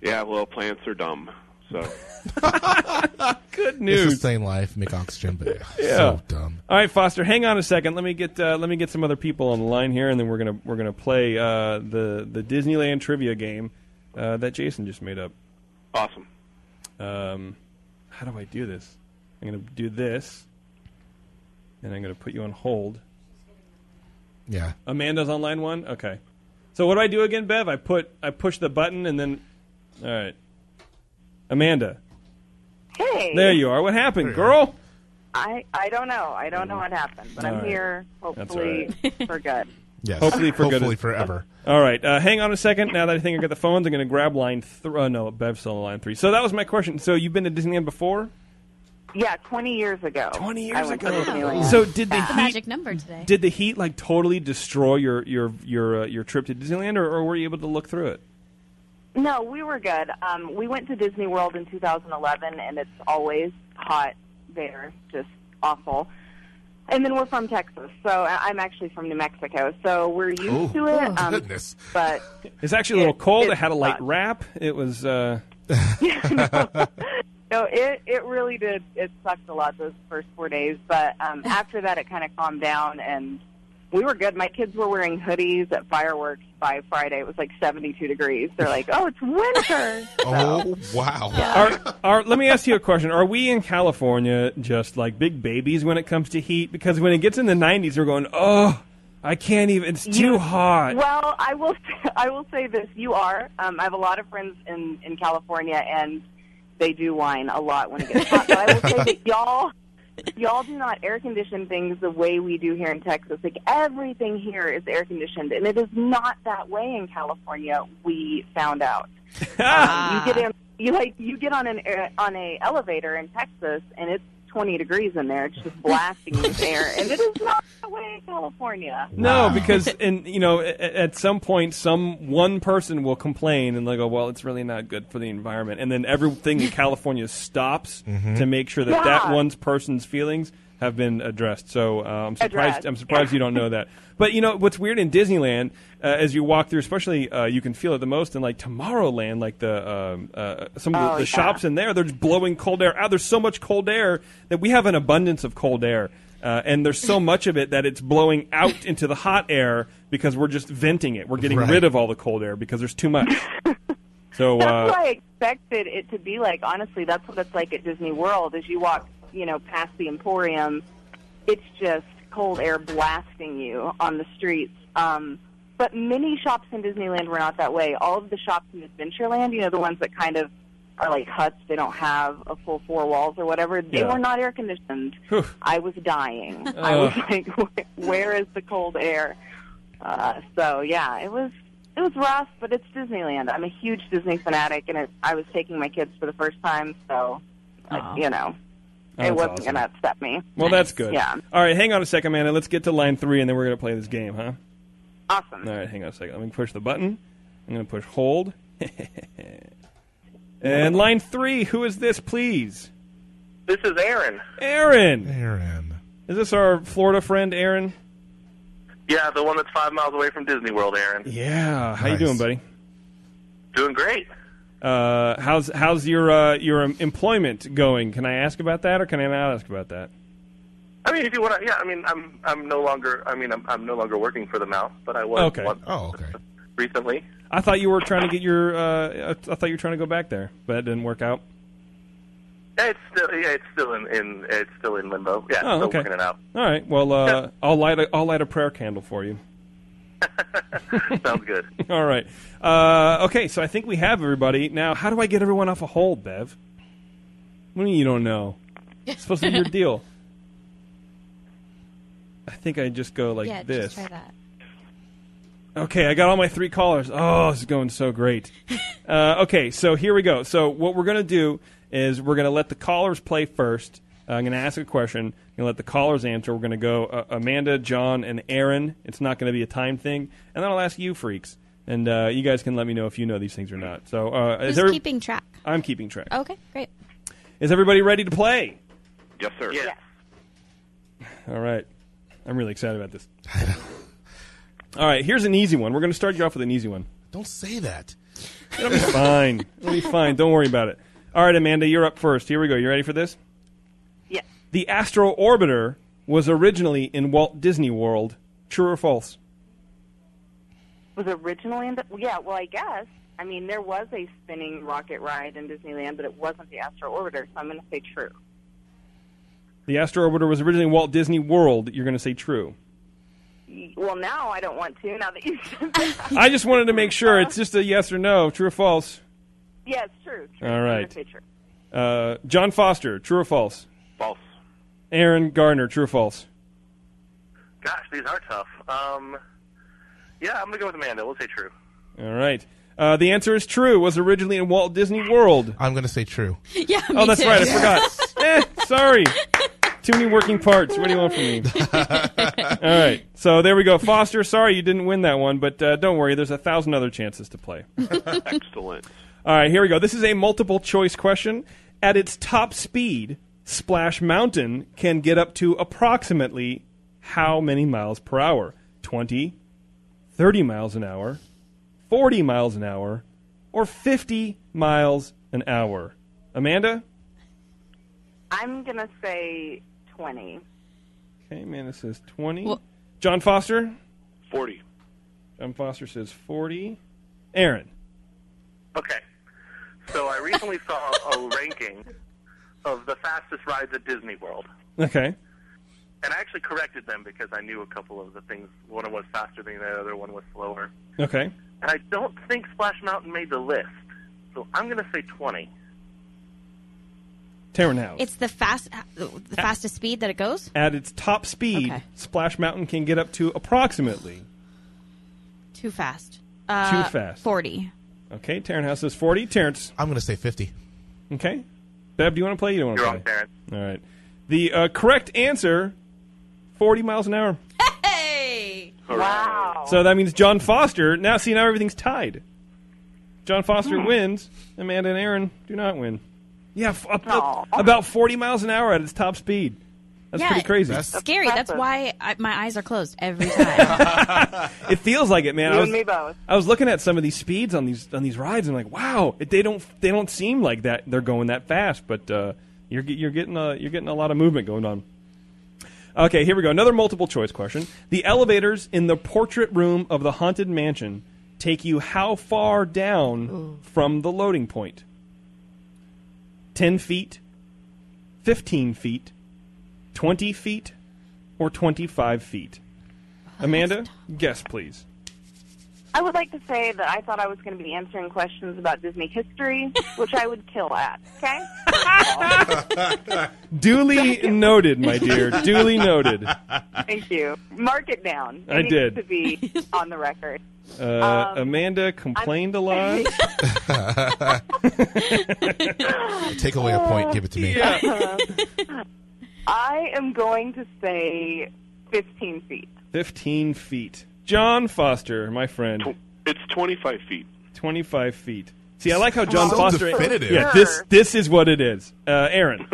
Speaker 7: Yeah, well, plants are dumb. So
Speaker 2: Good
Speaker 3: It's
Speaker 2: news.
Speaker 3: the same life, Mick Oxygen, but
Speaker 2: Yeah.
Speaker 3: so dumb.
Speaker 2: All right, Foster, hang on a second. Let me get uh, let me get some other people on the line here, and then we're gonna we're gonna play uh, the the Disneyland trivia game uh, that Jason just made up.
Speaker 7: awesome.
Speaker 2: um, how do I do this? I'm going to do this, and I'm going to put you on hold.
Speaker 3: Yeah.
Speaker 2: Amanda's on line one. Okay. So what do I do again, Bev? I put I push the button and then, all right. Amanda,
Speaker 6: Hey.
Speaker 2: there you are. What happened, girl?
Speaker 6: I, I don't know. I don't know what happened, but
Speaker 2: All
Speaker 6: I'm
Speaker 2: right.
Speaker 6: here.
Speaker 2: That's
Speaker 6: Hopefully for good.
Speaker 3: Yes.
Speaker 2: Hopefully for good-
Speaker 3: Hopefully forever.
Speaker 2: All right. Uh, hang on a second. Now that I think I got the phones, I'm going to grab line. Th- uh, no, Bev's still on line three. So that was my question. So you've been to Disneyland before?
Speaker 6: Yeah, 20 years ago.
Speaker 2: 20
Speaker 6: I
Speaker 2: years
Speaker 6: went
Speaker 2: ago.
Speaker 6: To Disneyland.
Speaker 2: So did the
Speaker 6: Yeah.
Speaker 4: The
Speaker 2: heat?
Speaker 4: magic number today.
Speaker 2: Did the heat like totally destroy your your your uh, your trip to Disneyland, or, or were you able to look through it?
Speaker 6: No, we were good. Um, we went to Disney World in 2011, and it's always hot there, just awful. And then we're from Texas, so I- I'm actually from New Mexico, so we're used
Speaker 2: Oh.
Speaker 3: Ooh.
Speaker 6: to it. Um,
Speaker 3: Goodness.
Speaker 6: But
Speaker 2: It's actually a little cold.
Speaker 6: it
Speaker 2: It had a light
Speaker 6: sucked.
Speaker 2: wrap. It was. Uh,
Speaker 6: no, it it really did. It sucked a lot those first four days, but um, after that, it kind of calmed down, and we were good. My kids were wearing hoodies at fireworks by Friday. It was like 72 degrees. They're like, "Oh, it's winter."
Speaker 3: Oh, wow.
Speaker 2: are, are, let me ask you a question. Are we in California just like big babies when it comes to heat? Because when it gets in the 90s, we're going, oh, I can't even. It's too
Speaker 6: You-
Speaker 2: hot.
Speaker 6: Well, I will. I will say this: you are. Um, I have a lot of friends in in California, and they do whine a lot when it gets hot. But I will say that y'all, y'all do not air condition things the way we do here in Texas. Like everything here is air conditioned, and it is not that way in California. We found out. Um, you get in, you like you get on an air- on a elevator in Texas, and it's. 20 degrees in there. It's just blasting you there. And it is not that way in California.
Speaker 2: No, because and you know, at, at some point, some one person will complain and they go, "Well, it's really not good for the environment," and then everything in California stops to make sure that that
Speaker 6: Yeah.
Speaker 2: one's person's feelings have been addressed. So uh, I'm surprised.
Speaker 6: Addressed.
Speaker 2: I'm surprised you don't know that. But you know what's weird in Disneyland uh, as you walk through, especially uh, you can feel it the most in like Tomorrowland, like the um, uh, some of the,
Speaker 6: Oh,
Speaker 2: the
Speaker 6: yeah.
Speaker 2: shops in there, they're just blowing cold air out. There's so much cold air that we have an abundance of cold air. Uh, and there's so much of it that it's blowing out into the hot air because we're just venting it. We're getting
Speaker 3: Right.
Speaker 2: rid of all the cold air because there's too much. So
Speaker 6: That's what
Speaker 2: uh,
Speaker 6: I expected it to be like. Honestly, that's what it's like at Disney World. As you walk, you know, past the Emporium, it's just cold air blasting you on the streets. Um, but many shops in Disneyland were not that way. All of the shops in Adventureland, you know, the ones that kind of are like huts, they don't have a full four walls or whatever. They
Speaker 2: Yeah.
Speaker 6: were not air conditioned. I was dying. I was like, "Where- where is the cold air? Uh, so yeah, it was it was rough, but it's Disneyland. I'm a huge Disney fanatic, and it, I was taking my kids for the first time, so like,
Speaker 4: Aw.
Speaker 6: you
Speaker 2: Uh-huh.
Speaker 6: know,
Speaker 2: Oh, that's
Speaker 6: it wasn't
Speaker 2: awesome.
Speaker 6: going to upset me.
Speaker 2: Well, that's good.
Speaker 6: Yeah.
Speaker 2: All right, hang on a second, man, and let's get to line three, and then we're going to play this game, huh?
Speaker 6: Awesome.
Speaker 2: All right, hang on a second. Let me push the button. I'm going to push hold. and line three, who is this, please?
Speaker 8: This is Aaron.
Speaker 2: Aaron.
Speaker 5: Aaron.
Speaker 2: Is this our Florida friend, Aaron?
Speaker 8: Yeah, the one that's five miles away from Disney World, Aaron.
Speaker 2: Yeah. How you
Speaker 5: Nice.
Speaker 2: doing, buddy?
Speaker 8: Doing great.
Speaker 2: Uh, how's how's your uh, your um, employment going? Can I ask about that, or can I not ask about that?
Speaker 8: I mean, if you want to, yeah. I mean, I'm I'm no longer. I mean, I'm I'm no longer working for the mouse, but I was
Speaker 2: Okay.
Speaker 8: once
Speaker 5: Oh, okay.
Speaker 8: recently.
Speaker 2: I thought you were trying to get your. Uh, I I thought you were trying to go back there, but that didn't work out.
Speaker 8: Yeah, It's still yeah, it's still in, in it's still in limbo. Yeah,
Speaker 2: Oh,
Speaker 8: still
Speaker 2: okay.
Speaker 8: working it out.
Speaker 2: All right. Well, uh, I'll light a, I'll light a prayer candle for you.
Speaker 8: Sounds good.
Speaker 2: All right. Uh, okay. So I think we have everybody now. How do I get everyone off a hold, Bev? What do you mean you don't know? It's supposed to be your deal. I think I just go like
Speaker 4: yeah,
Speaker 2: this.
Speaker 4: just try that.
Speaker 2: Okay, I got all my three callers. Oh, this is going so great. uh, okay, so here we go. So what we're going to do is we're going to let the callers play first. Uh, I'm going to ask a question. I'm going to let the callers answer. We're going to go uh, Amanda, John, and Aaron. It's not going to be a time thing. And then I'll ask you freaks. And uh, you guys can let me know if you know these things or not. So uh, is
Speaker 4: Who's
Speaker 2: every-
Speaker 4: keeping Oh. track?
Speaker 2: I'm keeping track.
Speaker 4: Okay, great.
Speaker 2: Is everybody ready to play?
Speaker 7: Yes, sir.
Speaker 8: Yeah.
Speaker 2: All right. I'm really excited about this. all right, here's an easy one. We're going to start you off with an easy one.
Speaker 5: Don't say that.
Speaker 2: It'll be fine. It'll be fine. Don't worry about it. All right, Amanda, you're up first. Here we go. You ready for this?
Speaker 6: Yes.
Speaker 2: The Astro Orbiter was originally in Walt Disney World. True or false?
Speaker 6: Was originally in the, yeah, well, I guess. I mean, there was a spinning rocket ride in Disneyland, but it wasn't the Astro Orbiter, so I'm going to say true.
Speaker 2: The Astro Orbiter was originally in Walt Disney World. You're going to say true.
Speaker 6: Y- Well, now I don't want to, now that you said that.
Speaker 2: I just wanted to make sure. It's just a yes or no. True or false?
Speaker 6: yeah, it's true. true.
Speaker 2: All
Speaker 6: I'm gonna
Speaker 2: right.
Speaker 6: say true.
Speaker 2: Uh, John Foster, true or false?
Speaker 7: False.
Speaker 2: Aaron Gardner, true or false?
Speaker 8: Gosh, these are tough. Um, yeah, I'm gonna go with Amanda. We'll say true.
Speaker 2: All right. Uh, the answer is true. Was originally in Walt Disney World.
Speaker 5: I'm going to say true.
Speaker 4: Yeah, me
Speaker 2: Oh, that's
Speaker 4: too.
Speaker 2: right. I forgot. eh, sorry. Too many working parts. What do you want from me? All right. So there we go. Foster, sorry you didn't win that one, but uh, don't worry. There's a thousand other chances to play.
Speaker 7: Excellent.
Speaker 2: All right, here we go. This is a multiple choice question. At its top speed, Splash Mountain can get up to approximately how many miles per hour? 20, 30 miles an hour, 40 miles an hour, or 50 miles an hour? Amanda?
Speaker 6: I'm going to say 20.
Speaker 2: Okay, Amanda says 20.
Speaker 4: Well-
Speaker 2: John Foster?
Speaker 7: Forty.
Speaker 2: John Foster says 40. Aaron?
Speaker 8: Okay. So I recently saw a ranking of the fastest rides at Disney World,
Speaker 2: Okay.
Speaker 8: and I actually corrected them because I knew a couple of the things. One was faster than the other. One was slower.
Speaker 2: Okay.
Speaker 8: And I don't think Splash Mountain made the list, so I'm gonna say 20.
Speaker 2: Taryn House.
Speaker 4: It's the fast, uh, the fastest speed that it goes.
Speaker 2: At its top speed,
Speaker 4: Okay.
Speaker 2: Splash Mountain can get up to approximately
Speaker 4: Too fast. Uh,
Speaker 2: fast.
Speaker 4: Forty.
Speaker 2: Okay, Terran House says 40. Terrence,
Speaker 5: I'm going to say 50.
Speaker 2: okay. Bev, do you want to play? You don't want
Speaker 8: You're
Speaker 2: to
Speaker 8: wrong,
Speaker 2: play.
Speaker 8: Terrence.
Speaker 2: All right. The uh, correct answer 40 miles an hour.
Speaker 4: Hey.
Speaker 6: Wow.
Speaker 2: So that means John Foster. Now, see, now everything's tied. John Foster
Speaker 6: Hmm.
Speaker 2: wins. Amanda and Aaron do not win. Yeah, f- up, up-
Speaker 6: Aw.
Speaker 2: about 40 miles an hour at its top speed. That's
Speaker 4: Yeah.
Speaker 2: pretty crazy.
Speaker 5: That's
Speaker 4: Scary. That's
Speaker 6: Impressive.
Speaker 4: why I, my eyes are closed every time.
Speaker 2: It feels like it, man.
Speaker 6: you
Speaker 2: I
Speaker 6: and me
Speaker 2: was,
Speaker 6: both.
Speaker 2: I was looking at some of these speeds on these on these rides, and I'm like, wow, it- they don't they don't seem like that. They're going that fast, but uh, you're get- you're getting a you're getting a lot of movement going on. Okay, here we go. Another multiple choice question. The elevators in the portrait room of the haunted mansion take you how far down from the loading point? Ten feet, fifteen feet, twenty feet, or twenty-five feet? Amanda, guess please.
Speaker 6: I would like to say that I thought I was going to be answering questions about Disney history, which I would kill at. Okay?
Speaker 2: Duly noted, my dear. Duly noted.
Speaker 6: Thank you. Mark it down. It
Speaker 2: I
Speaker 6: needs
Speaker 2: did.
Speaker 6: to be on the record.
Speaker 2: Uh, Amanda complained a lot.
Speaker 3: Take away a point, give it to me.
Speaker 6: I am going to say 15 feet.
Speaker 2: 15 feet. John Foster, my friend,
Speaker 7: Tw- It's 25 feet.
Speaker 2: 25 feet. See, I like how John
Speaker 5: So
Speaker 2: Foster.
Speaker 5: definitive.
Speaker 2: Yeah,
Speaker 6: Sure.
Speaker 2: this this is what it is. Uh, Aaron,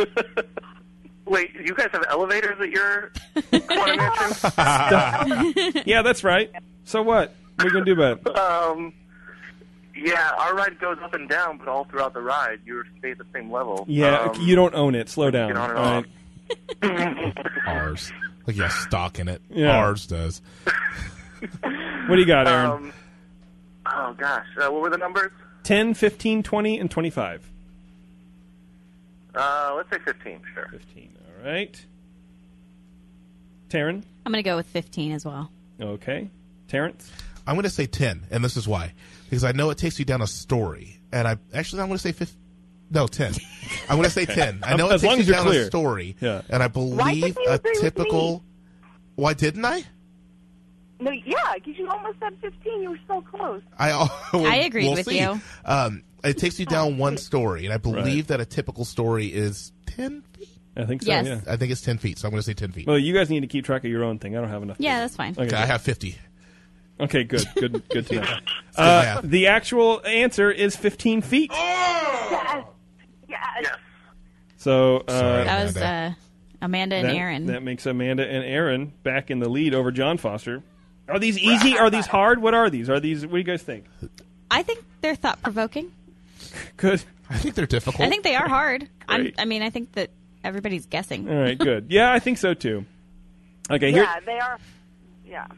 Speaker 8: Wait, you guys have elevators at your want to mention?
Speaker 2: yeah, that's right. So what? What are we gonna do about it?
Speaker 8: Um, yeah, our ride goes up and down, but all throughout the ride, you stay at the same level.
Speaker 2: Yeah,
Speaker 8: Um,
Speaker 2: you don't own it. Slow down.
Speaker 8: get on and
Speaker 2: All
Speaker 8: off.
Speaker 3: Ours. Like you have stock in it.
Speaker 2: Yeah.
Speaker 3: Ours does.
Speaker 2: What do you got, Aaron?
Speaker 8: Um, oh gosh, uh, what were the numbers?
Speaker 2: 10, 15, 20, and 25.
Speaker 8: Uh, let's say fifteen. Sure.
Speaker 2: 15. All right. Taryn?
Speaker 4: I'm going to go with 15 as well.
Speaker 2: Okay. Terrence?
Speaker 5: I'm going to say 10, and this is why. Because I know it takes you down a story. And I actually, I'm going to say 15. No, 10. I'm going to say 10. I know it
Speaker 2: As
Speaker 5: takes
Speaker 2: long
Speaker 5: you
Speaker 2: as you're
Speaker 5: down
Speaker 2: clear.
Speaker 5: a story.
Speaker 2: Yeah.
Speaker 5: And I
Speaker 6: couldn't
Speaker 5: believe
Speaker 6: you
Speaker 5: a
Speaker 6: agree with
Speaker 5: typical. Why didn't I?
Speaker 6: No, yeah, because you almost said 15. You were so close.
Speaker 5: I,
Speaker 4: I agreed
Speaker 5: we'll
Speaker 4: with
Speaker 5: see.
Speaker 4: you. Oh,
Speaker 5: Um, it takes you down one story, and I believe that a typical story is 10 feet.
Speaker 2: I think so,
Speaker 4: Yes.
Speaker 2: yeah.
Speaker 5: I think it's 10 feet, so I'm going to say 10 feet.
Speaker 2: Well, you guys need to keep track of your own thing. I don't have enough.
Speaker 4: Yeah, that's fine.
Speaker 5: Okay, I have 50.
Speaker 2: Okay, good. Good good to know.
Speaker 5: math.
Speaker 2: Uh, the actual answer is 15 feet.
Speaker 6: Yeah.
Speaker 8: Yes.
Speaker 2: So uh,
Speaker 5: Sorry.
Speaker 4: That was uh,
Speaker 5: Amanda.
Speaker 4: Amanda and
Speaker 2: that,
Speaker 4: Aaron.
Speaker 2: that makes Amanda and Aaron back in the lead over John Foster. Are these easy? Are these hard? What are these? Are these, what do you guys think?
Speaker 4: I think they're thought provoking.
Speaker 2: Good.
Speaker 5: I think they're difficult.
Speaker 4: I think they are hard. I'm,
Speaker 2: Great.
Speaker 4: I mean, I think that everybody's guessing.
Speaker 2: All right, good. Yeah, I think so too. Okay, here,
Speaker 6: Yeah, they are. Yeah.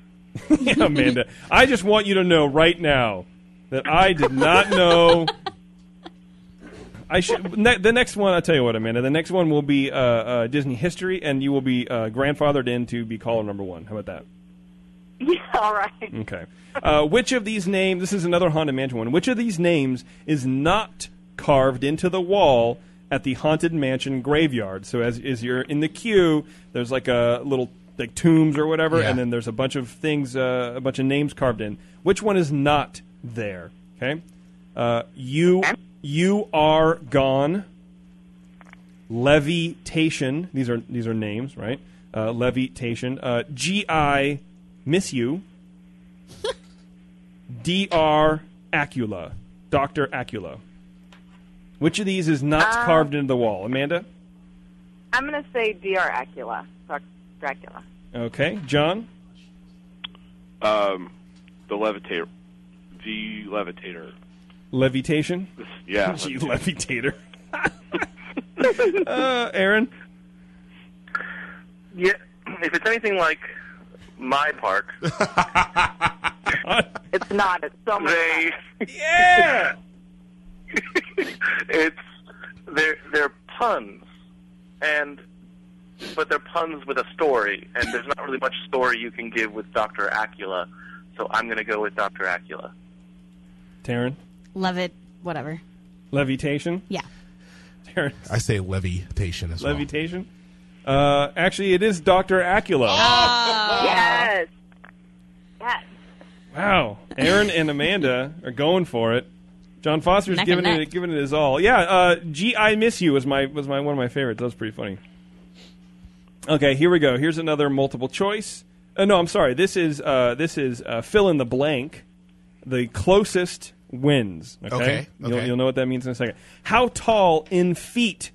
Speaker 2: Yeah, Amanda. I just want you to know right now that I did not know. I should. Ne- the next one, I'll tell you what, Amanda. The next one will be uh, uh, Disney history, and you will be uh, grandfathered in to be caller number one. How about
Speaker 6: Yeah, all right.
Speaker 2: that? Okay. Uh, which of these names? This is another haunted mansion one. Which of these names is not carved into the wall at the haunted mansion graveyard? So as is you're in the queue, there's like a little like tombs or whatever,
Speaker 5: Yeah.
Speaker 2: and then there's a bunch of things, uh, a bunch of names carved in. Which one is not there? Okay, uh, you you are gone. Levitation. These are these are names, right? Uh, levitation. Uh, G I miss you. D R Acula. Doctor Acula. Which of these is not carved into the wall, Amanda?
Speaker 6: I'm going to say D.R. Acula. Doc- Dracula.
Speaker 2: Okay, John.
Speaker 7: Um, the levitator. The levitator.
Speaker 2: Levitation.
Speaker 7: Yeah.
Speaker 2: Gee, levitator. uh, Aaron.
Speaker 8: Yeah. If it's anything like my park,
Speaker 6: It's not. It's so much.
Speaker 8: they
Speaker 2: Yeah.
Speaker 8: it's they're they're puns, and but they're puns with a story, and there's not really much story you can give with Doctor Acula, so I'm gonna go with Doctor Acula.
Speaker 2: Taryn.
Speaker 4: Love it. Whatever.
Speaker 2: Levitation.
Speaker 4: Yeah.
Speaker 2: Taryn.
Speaker 5: I say levitation as well.
Speaker 2: Levitation. Uh, actually, it is Doctor Acula.
Speaker 6: Yes. Yes.
Speaker 2: Wow, Aaron and Amanda are going for it. John Foster's
Speaker 4: Neck and
Speaker 2: giving it
Speaker 4: neck.
Speaker 2: giving it his all. Yeah, uh, "Gee, I miss you" was my was my one of my favorites. That was pretty funny. Okay, here we go. Here's another multiple choice. Uh, no, I'm sorry. This is uh, this is uh, fill in the blank. The closest wins. Okay,
Speaker 5: Okay,
Speaker 2: You'll,
Speaker 5: okay.
Speaker 2: you'll know what that means in a second. How tall in feet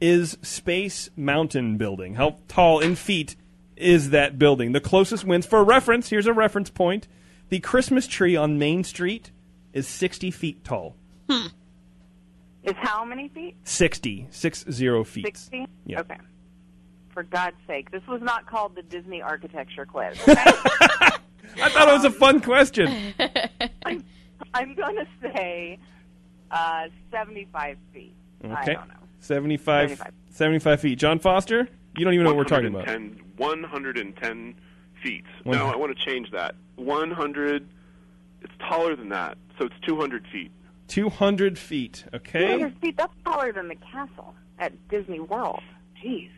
Speaker 2: is Space Mountain Building? How tall in feet is that building? The closest wins. For reference, here's a reference point. The Christmas tree on Main Street is 60 feet tall.
Speaker 6: Is how many feet?
Speaker 2: 60, six zero feet.
Speaker 6: 60?
Speaker 2: Yeah.
Speaker 6: Okay. For God's sake, this was not called the Disney architecture quiz.
Speaker 2: I thought it was a fun question.
Speaker 6: I'm, I'm going to say uh, 75 feet. I
Speaker 2: Okay.
Speaker 6: don't know.
Speaker 2: 75,
Speaker 6: 75.
Speaker 2: 75 feet. John Foster, you don't even know what we're talking about.
Speaker 7: 110 110 feet.
Speaker 2: One-
Speaker 7: No, I want to change that. 100. It's taller than that, so it's 200 feet.
Speaker 2: 200 feet. Okay.
Speaker 6: 200 feet, that's taller than the castle at Disney World. Jeez.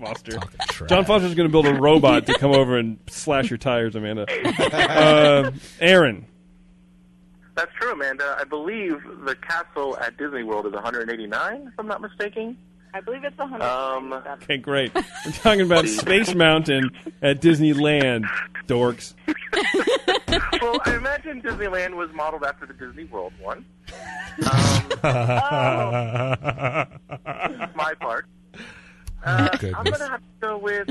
Speaker 2: Foster.
Speaker 3: Crap.
Speaker 2: John Foster's going to build a robot to come over and slash your tires, Amanda. Uh, Aaron.
Speaker 8: That's true, Amanda. I believe the castle at Disney World is 189, if I'm not mistaken.
Speaker 6: I believe it's a hundred.
Speaker 8: Um,
Speaker 2: Okay, great. We're talking about Space Mountain at Disneyland, dorks.
Speaker 8: well, I imagine Disneyland was modeled after the Disney World one. Um, my part. Uh, I'm
Speaker 3: Goodness.
Speaker 8: going to have to go with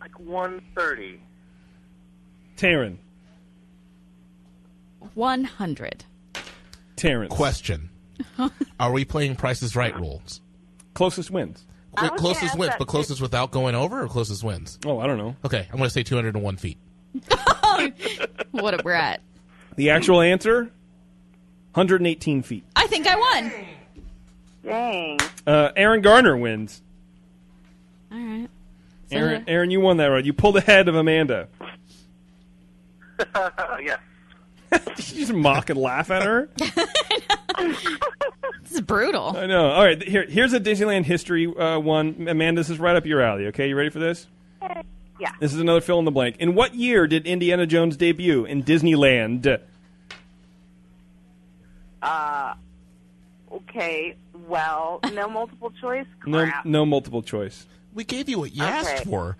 Speaker 8: like 130.
Speaker 2: Taryn.
Speaker 4: One hundred.
Speaker 2: Terrence.
Speaker 3: Question: Are we playing Prices Right rules?
Speaker 2: Closest wins.
Speaker 6: I was gonna
Speaker 3: closest
Speaker 6: ask
Speaker 3: wins,
Speaker 6: that
Speaker 3: but
Speaker 6: too.
Speaker 3: closest without going over, or closest wins.
Speaker 2: Oh, I don't know.
Speaker 3: Okay, I'm going to say 201 feet.
Speaker 4: What a brat!
Speaker 2: The actual answer 118 feet.
Speaker 4: I think I won.
Speaker 6: Dang.
Speaker 2: Uh, Aaron Garner wins.
Speaker 4: All right. So-
Speaker 2: Aaron, Aaron, you won that round. You pulled ahead of Amanda.
Speaker 8: Uh, yes.
Speaker 2: Did you just mock and laugh at her?
Speaker 4: This is brutal.
Speaker 2: I know. All right, th- here, here's a Disneyland history uh, one. Amanda, this is right up your alley. Okay, you ready for this?
Speaker 6: Uh, Yeah.
Speaker 2: This is another fill in the blank. In what year did Indiana Jones debut in Disneyland?
Speaker 6: Okay. Well, no multiple choice.
Speaker 2: No,
Speaker 6: Crap.
Speaker 2: no multiple choice.
Speaker 3: We gave you what you
Speaker 6: Okay.
Speaker 3: asked for.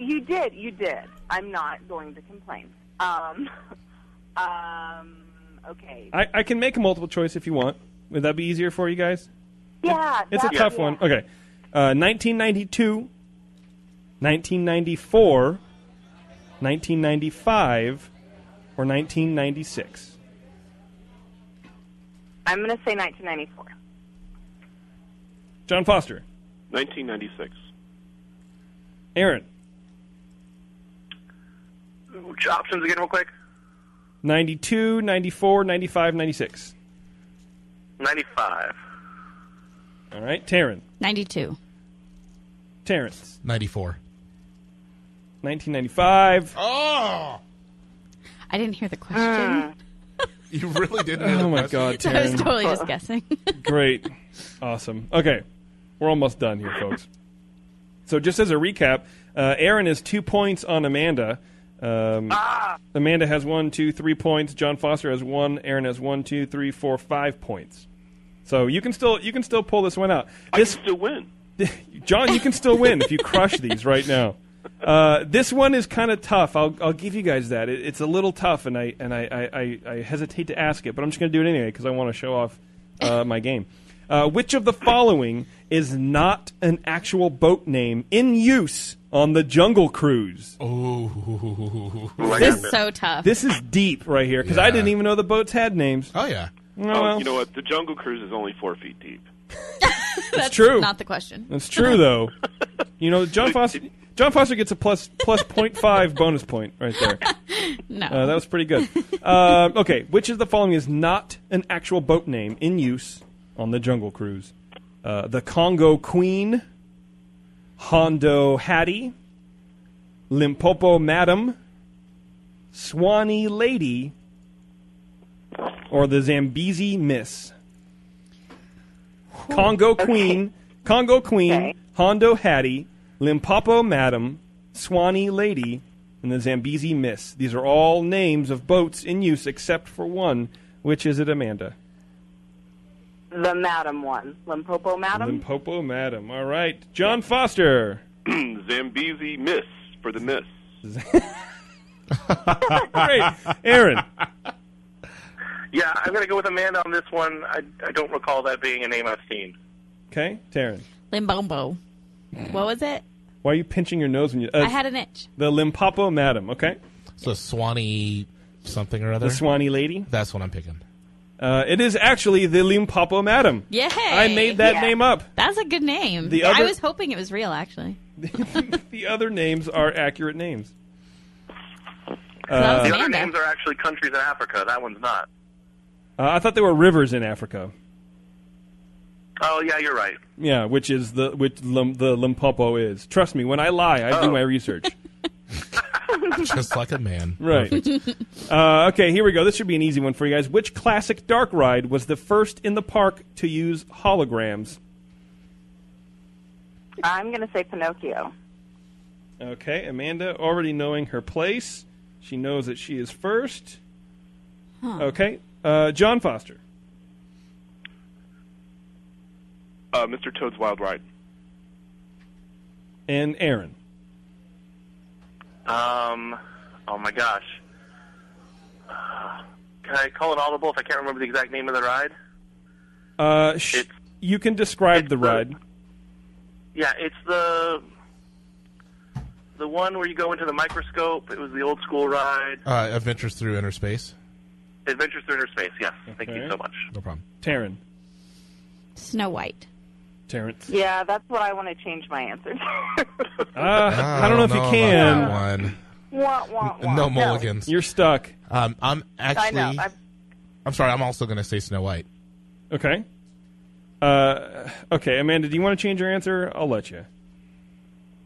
Speaker 6: You did. You did. I'm not going to complain. Um. Um. Okay.
Speaker 2: I, I can make a multiple choice if you want. Would that be easier for you guys?
Speaker 6: yeah.
Speaker 2: It's
Speaker 6: that-
Speaker 2: a tough
Speaker 6: yeah.
Speaker 2: one. Okay. Uh, 1992, 1994, 1995, or 1996.
Speaker 6: I'm going to say 1994.
Speaker 2: John Foster,
Speaker 7: 1996.
Speaker 2: Aaron,
Speaker 8: Which options again, real quick?
Speaker 2: 92, 94, 95, 96.
Speaker 8: 95.
Speaker 2: All right. Taryn,
Speaker 4: Ninety-two.
Speaker 2: Terrence,
Speaker 3: 94.
Speaker 2: 1995.
Speaker 3: Oh,
Speaker 4: I didn't hear the question.
Speaker 8: Uh,
Speaker 3: you really didn't. hear the
Speaker 2: Oh my
Speaker 3: question.
Speaker 2: God,
Speaker 4: I was
Speaker 2: Taryn.
Speaker 4: totally
Speaker 8: Uh,
Speaker 4: just guessing.
Speaker 2: Great. Awesome. Okay. We're almost done here, folks. So, just as a recap, uh, Aaron is two points on Amanda. Um,
Speaker 7: Ah!
Speaker 2: Amanda has one, two, three points. John Foster has one. Aaron has one, two, three, four, five points. So you can still you can still pull this one out. This
Speaker 7: I can still win.
Speaker 2: John, you can still win if you crush these right now. Uh, this one is kind of tough. I'll, I'll give you guys that. It, it's a little tough, and I and I, I, I, I hesitate to ask it, but I'm just going to do it anyway because I want to show off uh, my game. Uh, which of the following is not an actual boat name in use on the Jungle Cruise?
Speaker 8: Ooh, I
Speaker 4: This
Speaker 8: got this.
Speaker 4: is so tough.
Speaker 2: This is deep right here because I
Speaker 3: Yeah.
Speaker 2: didn't even know the boats had names.
Speaker 3: Oh yeah.
Speaker 2: Oh,
Speaker 7: Oh,
Speaker 2: well.
Speaker 7: you know what? The Jungle Cruise is only four feet deep.
Speaker 4: That's
Speaker 2: true.
Speaker 4: Not the question.
Speaker 2: That's true though. you know, John Foster. John Foster gets a plus plus point five bonus point right there.
Speaker 4: No.
Speaker 2: Uh, that was pretty good. uh, okay, which of the following is not an actual boat name in use on the Jungle Cruise? Uh, the Congo Queen, Hondo Hattie, Limpopo Madam, Swanee Lady, or the Zambezi Miss? Congo Queen, Congo Queen,
Speaker 6: Okay.
Speaker 2: Hondo Hattie, Limpopo Madam, Swanee Lady, and the Zambezi Miss. These are all names of boats in use except for one. Which is it, Amanda?
Speaker 6: The Madam one. Limpopo Madam?
Speaker 2: Limpopo Madam. All right. John Foster.
Speaker 7: Zambezi Miss for the Miss.
Speaker 2: Great. Aaron.
Speaker 8: Yeah, I'm going to go with Amanda on this one. I, I don't recall that being a name I've seen.
Speaker 2: Okay. Taryn.
Speaker 4: Limbombo. What was it?
Speaker 2: Why are you pinching your nose when you. Uh,
Speaker 4: I had an itch.
Speaker 2: the Limpopo Madam, okay?
Speaker 3: So Swanee something or other.
Speaker 2: The Swanee Lady.
Speaker 3: That's what I'm picking.
Speaker 2: Uh, it is actually the Limpopo Madam.
Speaker 4: Yay!
Speaker 2: I made that
Speaker 6: Yeah.
Speaker 2: name up.
Speaker 4: That's a good name.
Speaker 2: The
Speaker 4: I
Speaker 2: other-
Speaker 4: was hoping it was real, actually.
Speaker 2: The other names are accurate names.
Speaker 4: 'Cause that was
Speaker 8: The other
Speaker 4: Amanda.
Speaker 8: names are actually countries in Africa. That one's not.
Speaker 2: Uh, I thought there were rivers in Africa.
Speaker 8: Oh, yeah, you're right.
Speaker 2: Yeah, which is the which Lim, the Limpopo is. Trust me, when I lie, I do
Speaker 8: Oh.
Speaker 2: my research.
Speaker 3: Just like a man.
Speaker 2: Right. uh, okay, here we go. This should be an easy one for you guys. Which classic dark ride was the first in the park to use holograms?
Speaker 6: I'm going to say Pinocchio.
Speaker 2: Okay, Amanda, already knowing her place, she knows that she is first. Okay, uh, John Foster.
Speaker 7: Uh, Mr. Toad's Wild Ride.
Speaker 2: and Aaron.
Speaker 8: Um, oh my gosh. Can I call an audible if I can't remember the exact name of the ride?
Speaker 2: Uh, sh-
Speaker 8: It's-
Speaker 2: you can describe
Speaker 8: it's
Speaker 2: the
Speaker 8: the-
Speaker 2: ride.
Speaker 8: Yeah, it's the the one where you go into the microscope. It was the old school ride,
Speaker 3: Uh, Adventures Through Inner Space.
Speaker 8: Adventures Through Inner Space. Yes, thank
Speaker 2: Okay.
Speaker 8: you so much.
Speaker 3: No problem.
Speaker 2: Taryn.
Speaker 4: Snow White.
Speaker 2: Terrence.
Speaker 6: Yeah, that's what I want to change my answer. to.
Speaker 2: Uh, I don't know if you can.
Speaker 3: about that one.
Speaker 6: wah, wah, wah.
Speaker 3: No mulligans.
Speaker 2: You're stuck.
Speaker 3: Um, I'm
Speaker 6: I
Speaker 3: actually.
Speaker 6: know.
Speaker 3: I'm,
Speaker 6: I'm,
Speaker 3: sorry. I'm also going to say Snow White.
Speaker 2: Okay. Uh, okay, Amanda, do you want to change your answer? I'll let you.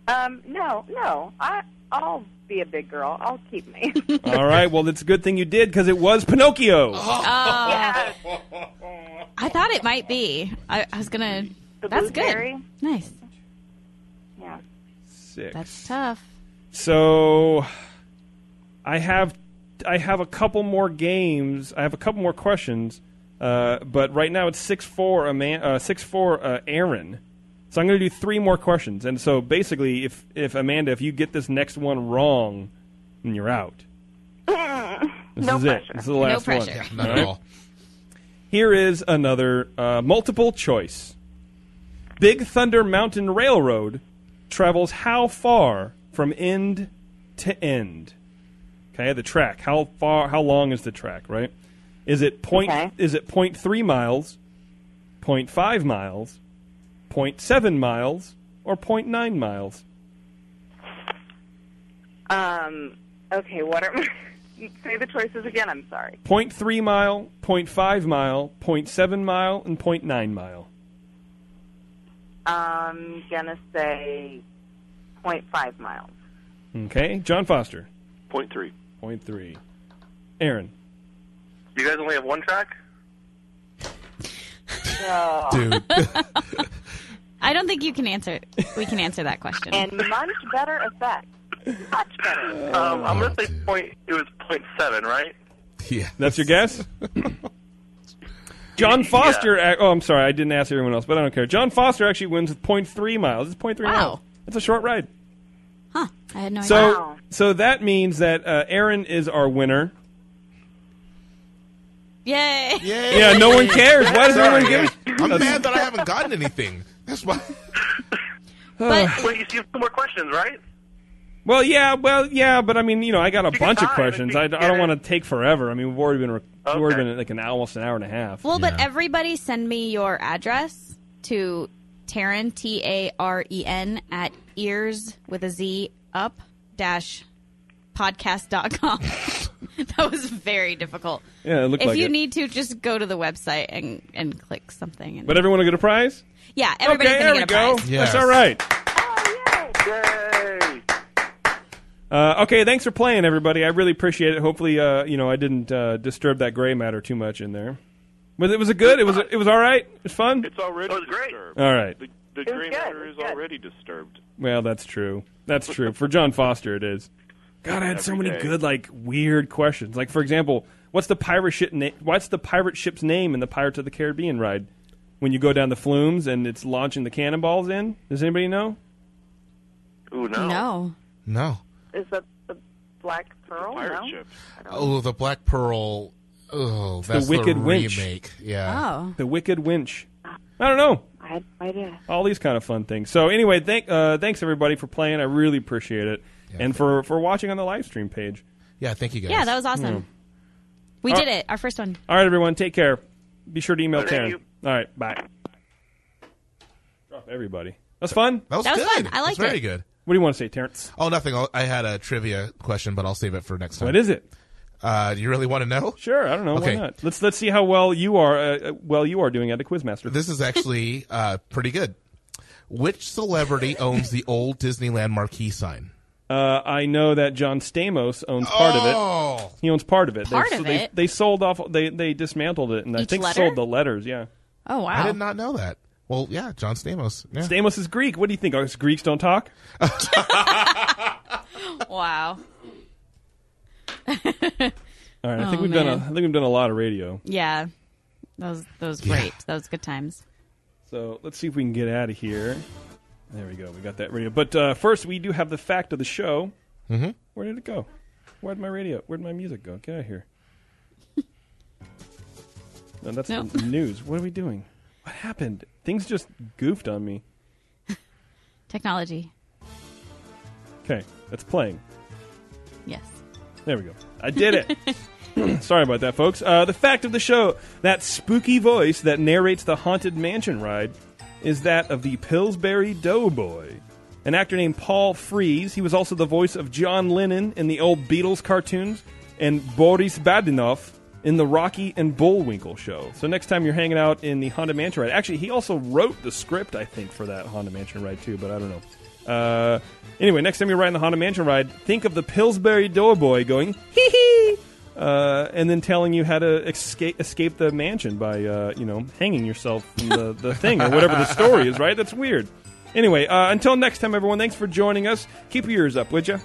Speaker 6: um, no, no. I, I'll be a big girl. I'll keep me.
Speaker 2: All right. Well, it's a good thing you did because it was Pinocchio.
Speaker 4: I Oh. thought it might be. I, I was gonna.
Speaker 6: The
Speaker 4: That's good.
Speaker 6: blueberry?
Speaker 4: Nice.
Speaker 6: yeah.
Speaker 2: Six.
Speaker 4: That's tough.
Speaker 2: So I have I have a couple more games. I have a couple more questions. Uh, but right now it's six four Aman- uh, six four uh, Aaron. So I'm going to do three more questions. And so basically, if if Amanda, if you get this next one wrong, then you're out. This
Speaker 6: no
Speaker 2: is
Speaker 6: pressure.
Speaker 2: it. This is the last
Speaker 4: no
Speaker 2: one.
Speaker 4: pressure.
Speaker 3: Not at all.
Speaker 2: Here is another uh, multiple choice. Big Thunder Mountain Railroad travels how far from end to end? Okay, the track. How far? How long is the track? Right? Is it point?
Speaker 6: Okay.
Speaker 2: Is it point three miles? Point five miles? Point seven miles? Or point nine miles?
Speaker 6: Um, okay, what are say the choices again? I'm sorry.
Speaker 2: Point three mile, point five mile, point seven mile, and point nine mile.
Speaker 6: I'm gonna say 0.5 miles.
Speaker 2: Okay, John Foster.
Speaker 7: Point three.
Speaker 2: Point three. Aaron.
Speaker 8: You guys only have one track.
Speaker 6: So,
Speaker 3: Dude,
Speaker 4: I don't think you can answer. We can answer that question.
Speaker 6: and much better effect. Much better.
Speaker 8: Um, I'm gonna say
Speaker 3: dude.
Speaker 8: point. It was point seven, right?
Speaker 3: yeah.
Speaker 2: That's your guess? John Foster. ac- Oh, I'm sorry. I didn't ask everyone else, but I don't care. John Foster actually wins with 0.3 miles. It's 0.3
Speaker 4: Wow.
Speaker 2: miles. That's a short ride.
Speaker 4: huh? I had no
Speaker 2: So,
Speaker 4: idea.
Speaker 6: Wow.
Speaker 2: so that means that uh, Aaron is our winner.
Speaker 4: Yay!
Speaker 3: Yay.
Speaker 2: Yeah, no one cares. Why does everyone give it?
Speaker 3: I'm mad that I haven't gotten anything. That's why.
Speaker 4: But
Speaker 8: Wait, you see, you have two more questions, right?
Speaker 2: Well, yeah, well, yeah, but I mean, you know, I got a
Speaker 8: Take your
Speaker 2: bunch of
Speaker 8: time.
Speaker 2: questions.
Speaker 8: If you
Speaker 2: I, d- I
Speaker 8: get
Speaker 2: don't
Speaker 8: it.
Speaker 2: want to take forever. I mean, we've already been re- we've already
Speaker 8: Okay.
Speaker 2: been like an almost an hour and a half.
Speaker 4: well, but
Speaker 3: Yeah.
Speaker 4: everybody send me your address to Taryn T A R E N at ears with a Z up dash podcast.com. that was very difficult.
Speaker 2: Yeah, it looked
Speaker 4: If
Speaker 2: like
Speaker 4: you
Speaker 2: it.
Speaker 4: need to, just go to the website and, and click something. And,
Speaker 2: but everyone will get a prize.
Speaker 4: yeah, everybody's
Speaker 2: okay, there
Speaker 4: gonna
Speaker 2: we
Speaker 4: get a
Speaker 2: go.
Speaker 4: prize.
Speaker 3: Yes.
Speaker 2: That's all right.
Speaker 8: Yay!
Speaker 2: Uh, okay, thanks for playing, everybody. I really appreciate it. Hopefully, uh, you know, I didn't uh, disturb that gray matter too much in there. But it was a good. It was. It was all right. It's fun.
Speaker 7: It's already
Speaker 8: That was Oh, great.
Speaker 7: disturbed.
Speaker 2: All right.
Speaker 7: The, the
Speaker 6: was
Speaker 7: gray
Speaker 6: good,
Speaker 7: matter
Speaker 6: it was
Speaker 7: is
Speaker 6: good.
Speaker 7: already disturbed.
Speaker 2: Well, that's true. That's true. For John Foster, it is. God, I had so
Speaker 7: Every
Speaker 2: many
Speaker 7: day.
Speaker 2: good, like, weird questions. Like, for example, what's the pirate ship? Na- what's the pirate ship's name in the Pirates of the Caribbean ride? When you go down the flumes and it's launching the cannonballs in. Does anybody know?
Speaker 8: Ooh, no.
Speaker 4: No.
Speaker 3: No.
Speaker 6: Is that the black pearl?
Speaker 7: Pirate
Speaker 6: no.
Speaker 7: ship.
Speaker 3: Oh, the Black Pearl. Oh, that's the
Speaker 2: Wicked Witch.
Speaker 3: remake. Yeah.
Speaker 4: Oh.
Speaker 2: The Wicked Winch. I don't know.
Speaker 6: I had no idea.
Speaker 2: all these kind of fun things. So anyway, thank uh, thanks everybody for playing. I really appreciate it, and for for watching on the live stream page.
Speaker 3: Yeah. Thank you guys.
Speaker 4: Yeah, that was awesome. We
Speaker 2: Hmm. Uh,
Speaker 4: did it. Our first one.
Speaker 2: All right, everyone, take care. Be sure to email
Speaker 8: Thank
Speaker 2: Taryn.
Speaker 8: you.
Speaker 2: All right, bye. Drop everybody. That's fun.
Speaker 3: That was
Speaker 4: That was
Speaker 3: good.
Speaker 4: fun. I
Speaker 3: That's
Speaker 4: liked
Speaker 3: very
Speaker 4: it.
Speaker 3: good.
Speaker 2: What do you want to say, Terrence?
Speaker 3: Oh, nothing. I'll- I had a trivia question, but I'll save it for next time.
Speaker 2: What is it?
Speaker 3: Uh, do you really want to know?
Speaker 2: Sure, I don't know.
Speaker 3: Okay.
Speaker 2: Why not? Let's let's see how well you are uh, uh, well you are doing at a quizmaster.
Speaker 3: This is actually uh, pretty good. Which celebrity owns the old Disneyland marquee sign?
Speaker 2: uh, I know that John Stamos owns part of it.
Speaker 3: Oh,
Speaker 2: He owns part of it.
Speaker 4: Part
Speaker 2: they,
Speaker 4: of
Speaker 2: they,
Speaker 4: it?
Speaker 2: They sold off. They they dismantled it and I
Speaker 4: Each
Speaker 2: think
Speaker 4: letter?
Speaker 2: sold the letters. Yeah.
Speaker 4: Oh wow.
Speaker 3: I did not know that. Well, yeah, John Stamos. Yeah.
Speaker 2: Stamos is Greek. What do you think? Us Greeks don't talk?
Speaker 4: Wow.
Speaker 2: All right, I think
Speaker 4: Oh,
Speaker 2: we've done.
Speaker 4: man.
Speaker 2: A, I think we've done a lot of radio.
Speaker 4: Yeah. That was that was great. That was good times.
Speaker 2: So let's see if we can get out of here. There we go. We got that radio. But uh, first, we do have the fact of the show. Mm-hmm. Where did it go? Where'd my radio? Where'd my music go? Get out of here. No, that's
Speaker 4: No.
Speaker 2: the news. What are we doing? What happened? Things just goofed on me.
Speaker 4: Technology.
Speaker 2: Okay, that's playing.
Speaker 4: Yes.
Speaker 2: There we go. I did it. Sorry about that, folks. Uh, the fact of the show that spooky voice that narrates the Haunted Mansion ride is that of the Pillsbury Doughboy, an actor named Paul Frees. He was also the voice of John Lennon in the old Beatles cartoons and Boris Badenoff in the Rocky and Bullwinkle show. So next time you're hanging out in the Haunted Mansion ride, actually, he also wrote the script, I think, for that Haunted Mansion ride, too, but I don't know. Uh, anyway, next time you're riding the Haunted Mansion ride, think of the Pillsbury Doughboy going hee hee, uh, and then telling you how to escape escape the mansion by uh, you know hanging yourself from the, the thing or whatever the story is. Right? That's weird. Anyway, uh, until next time, everyone. Thanks for joining us. Keep your ears up, would you?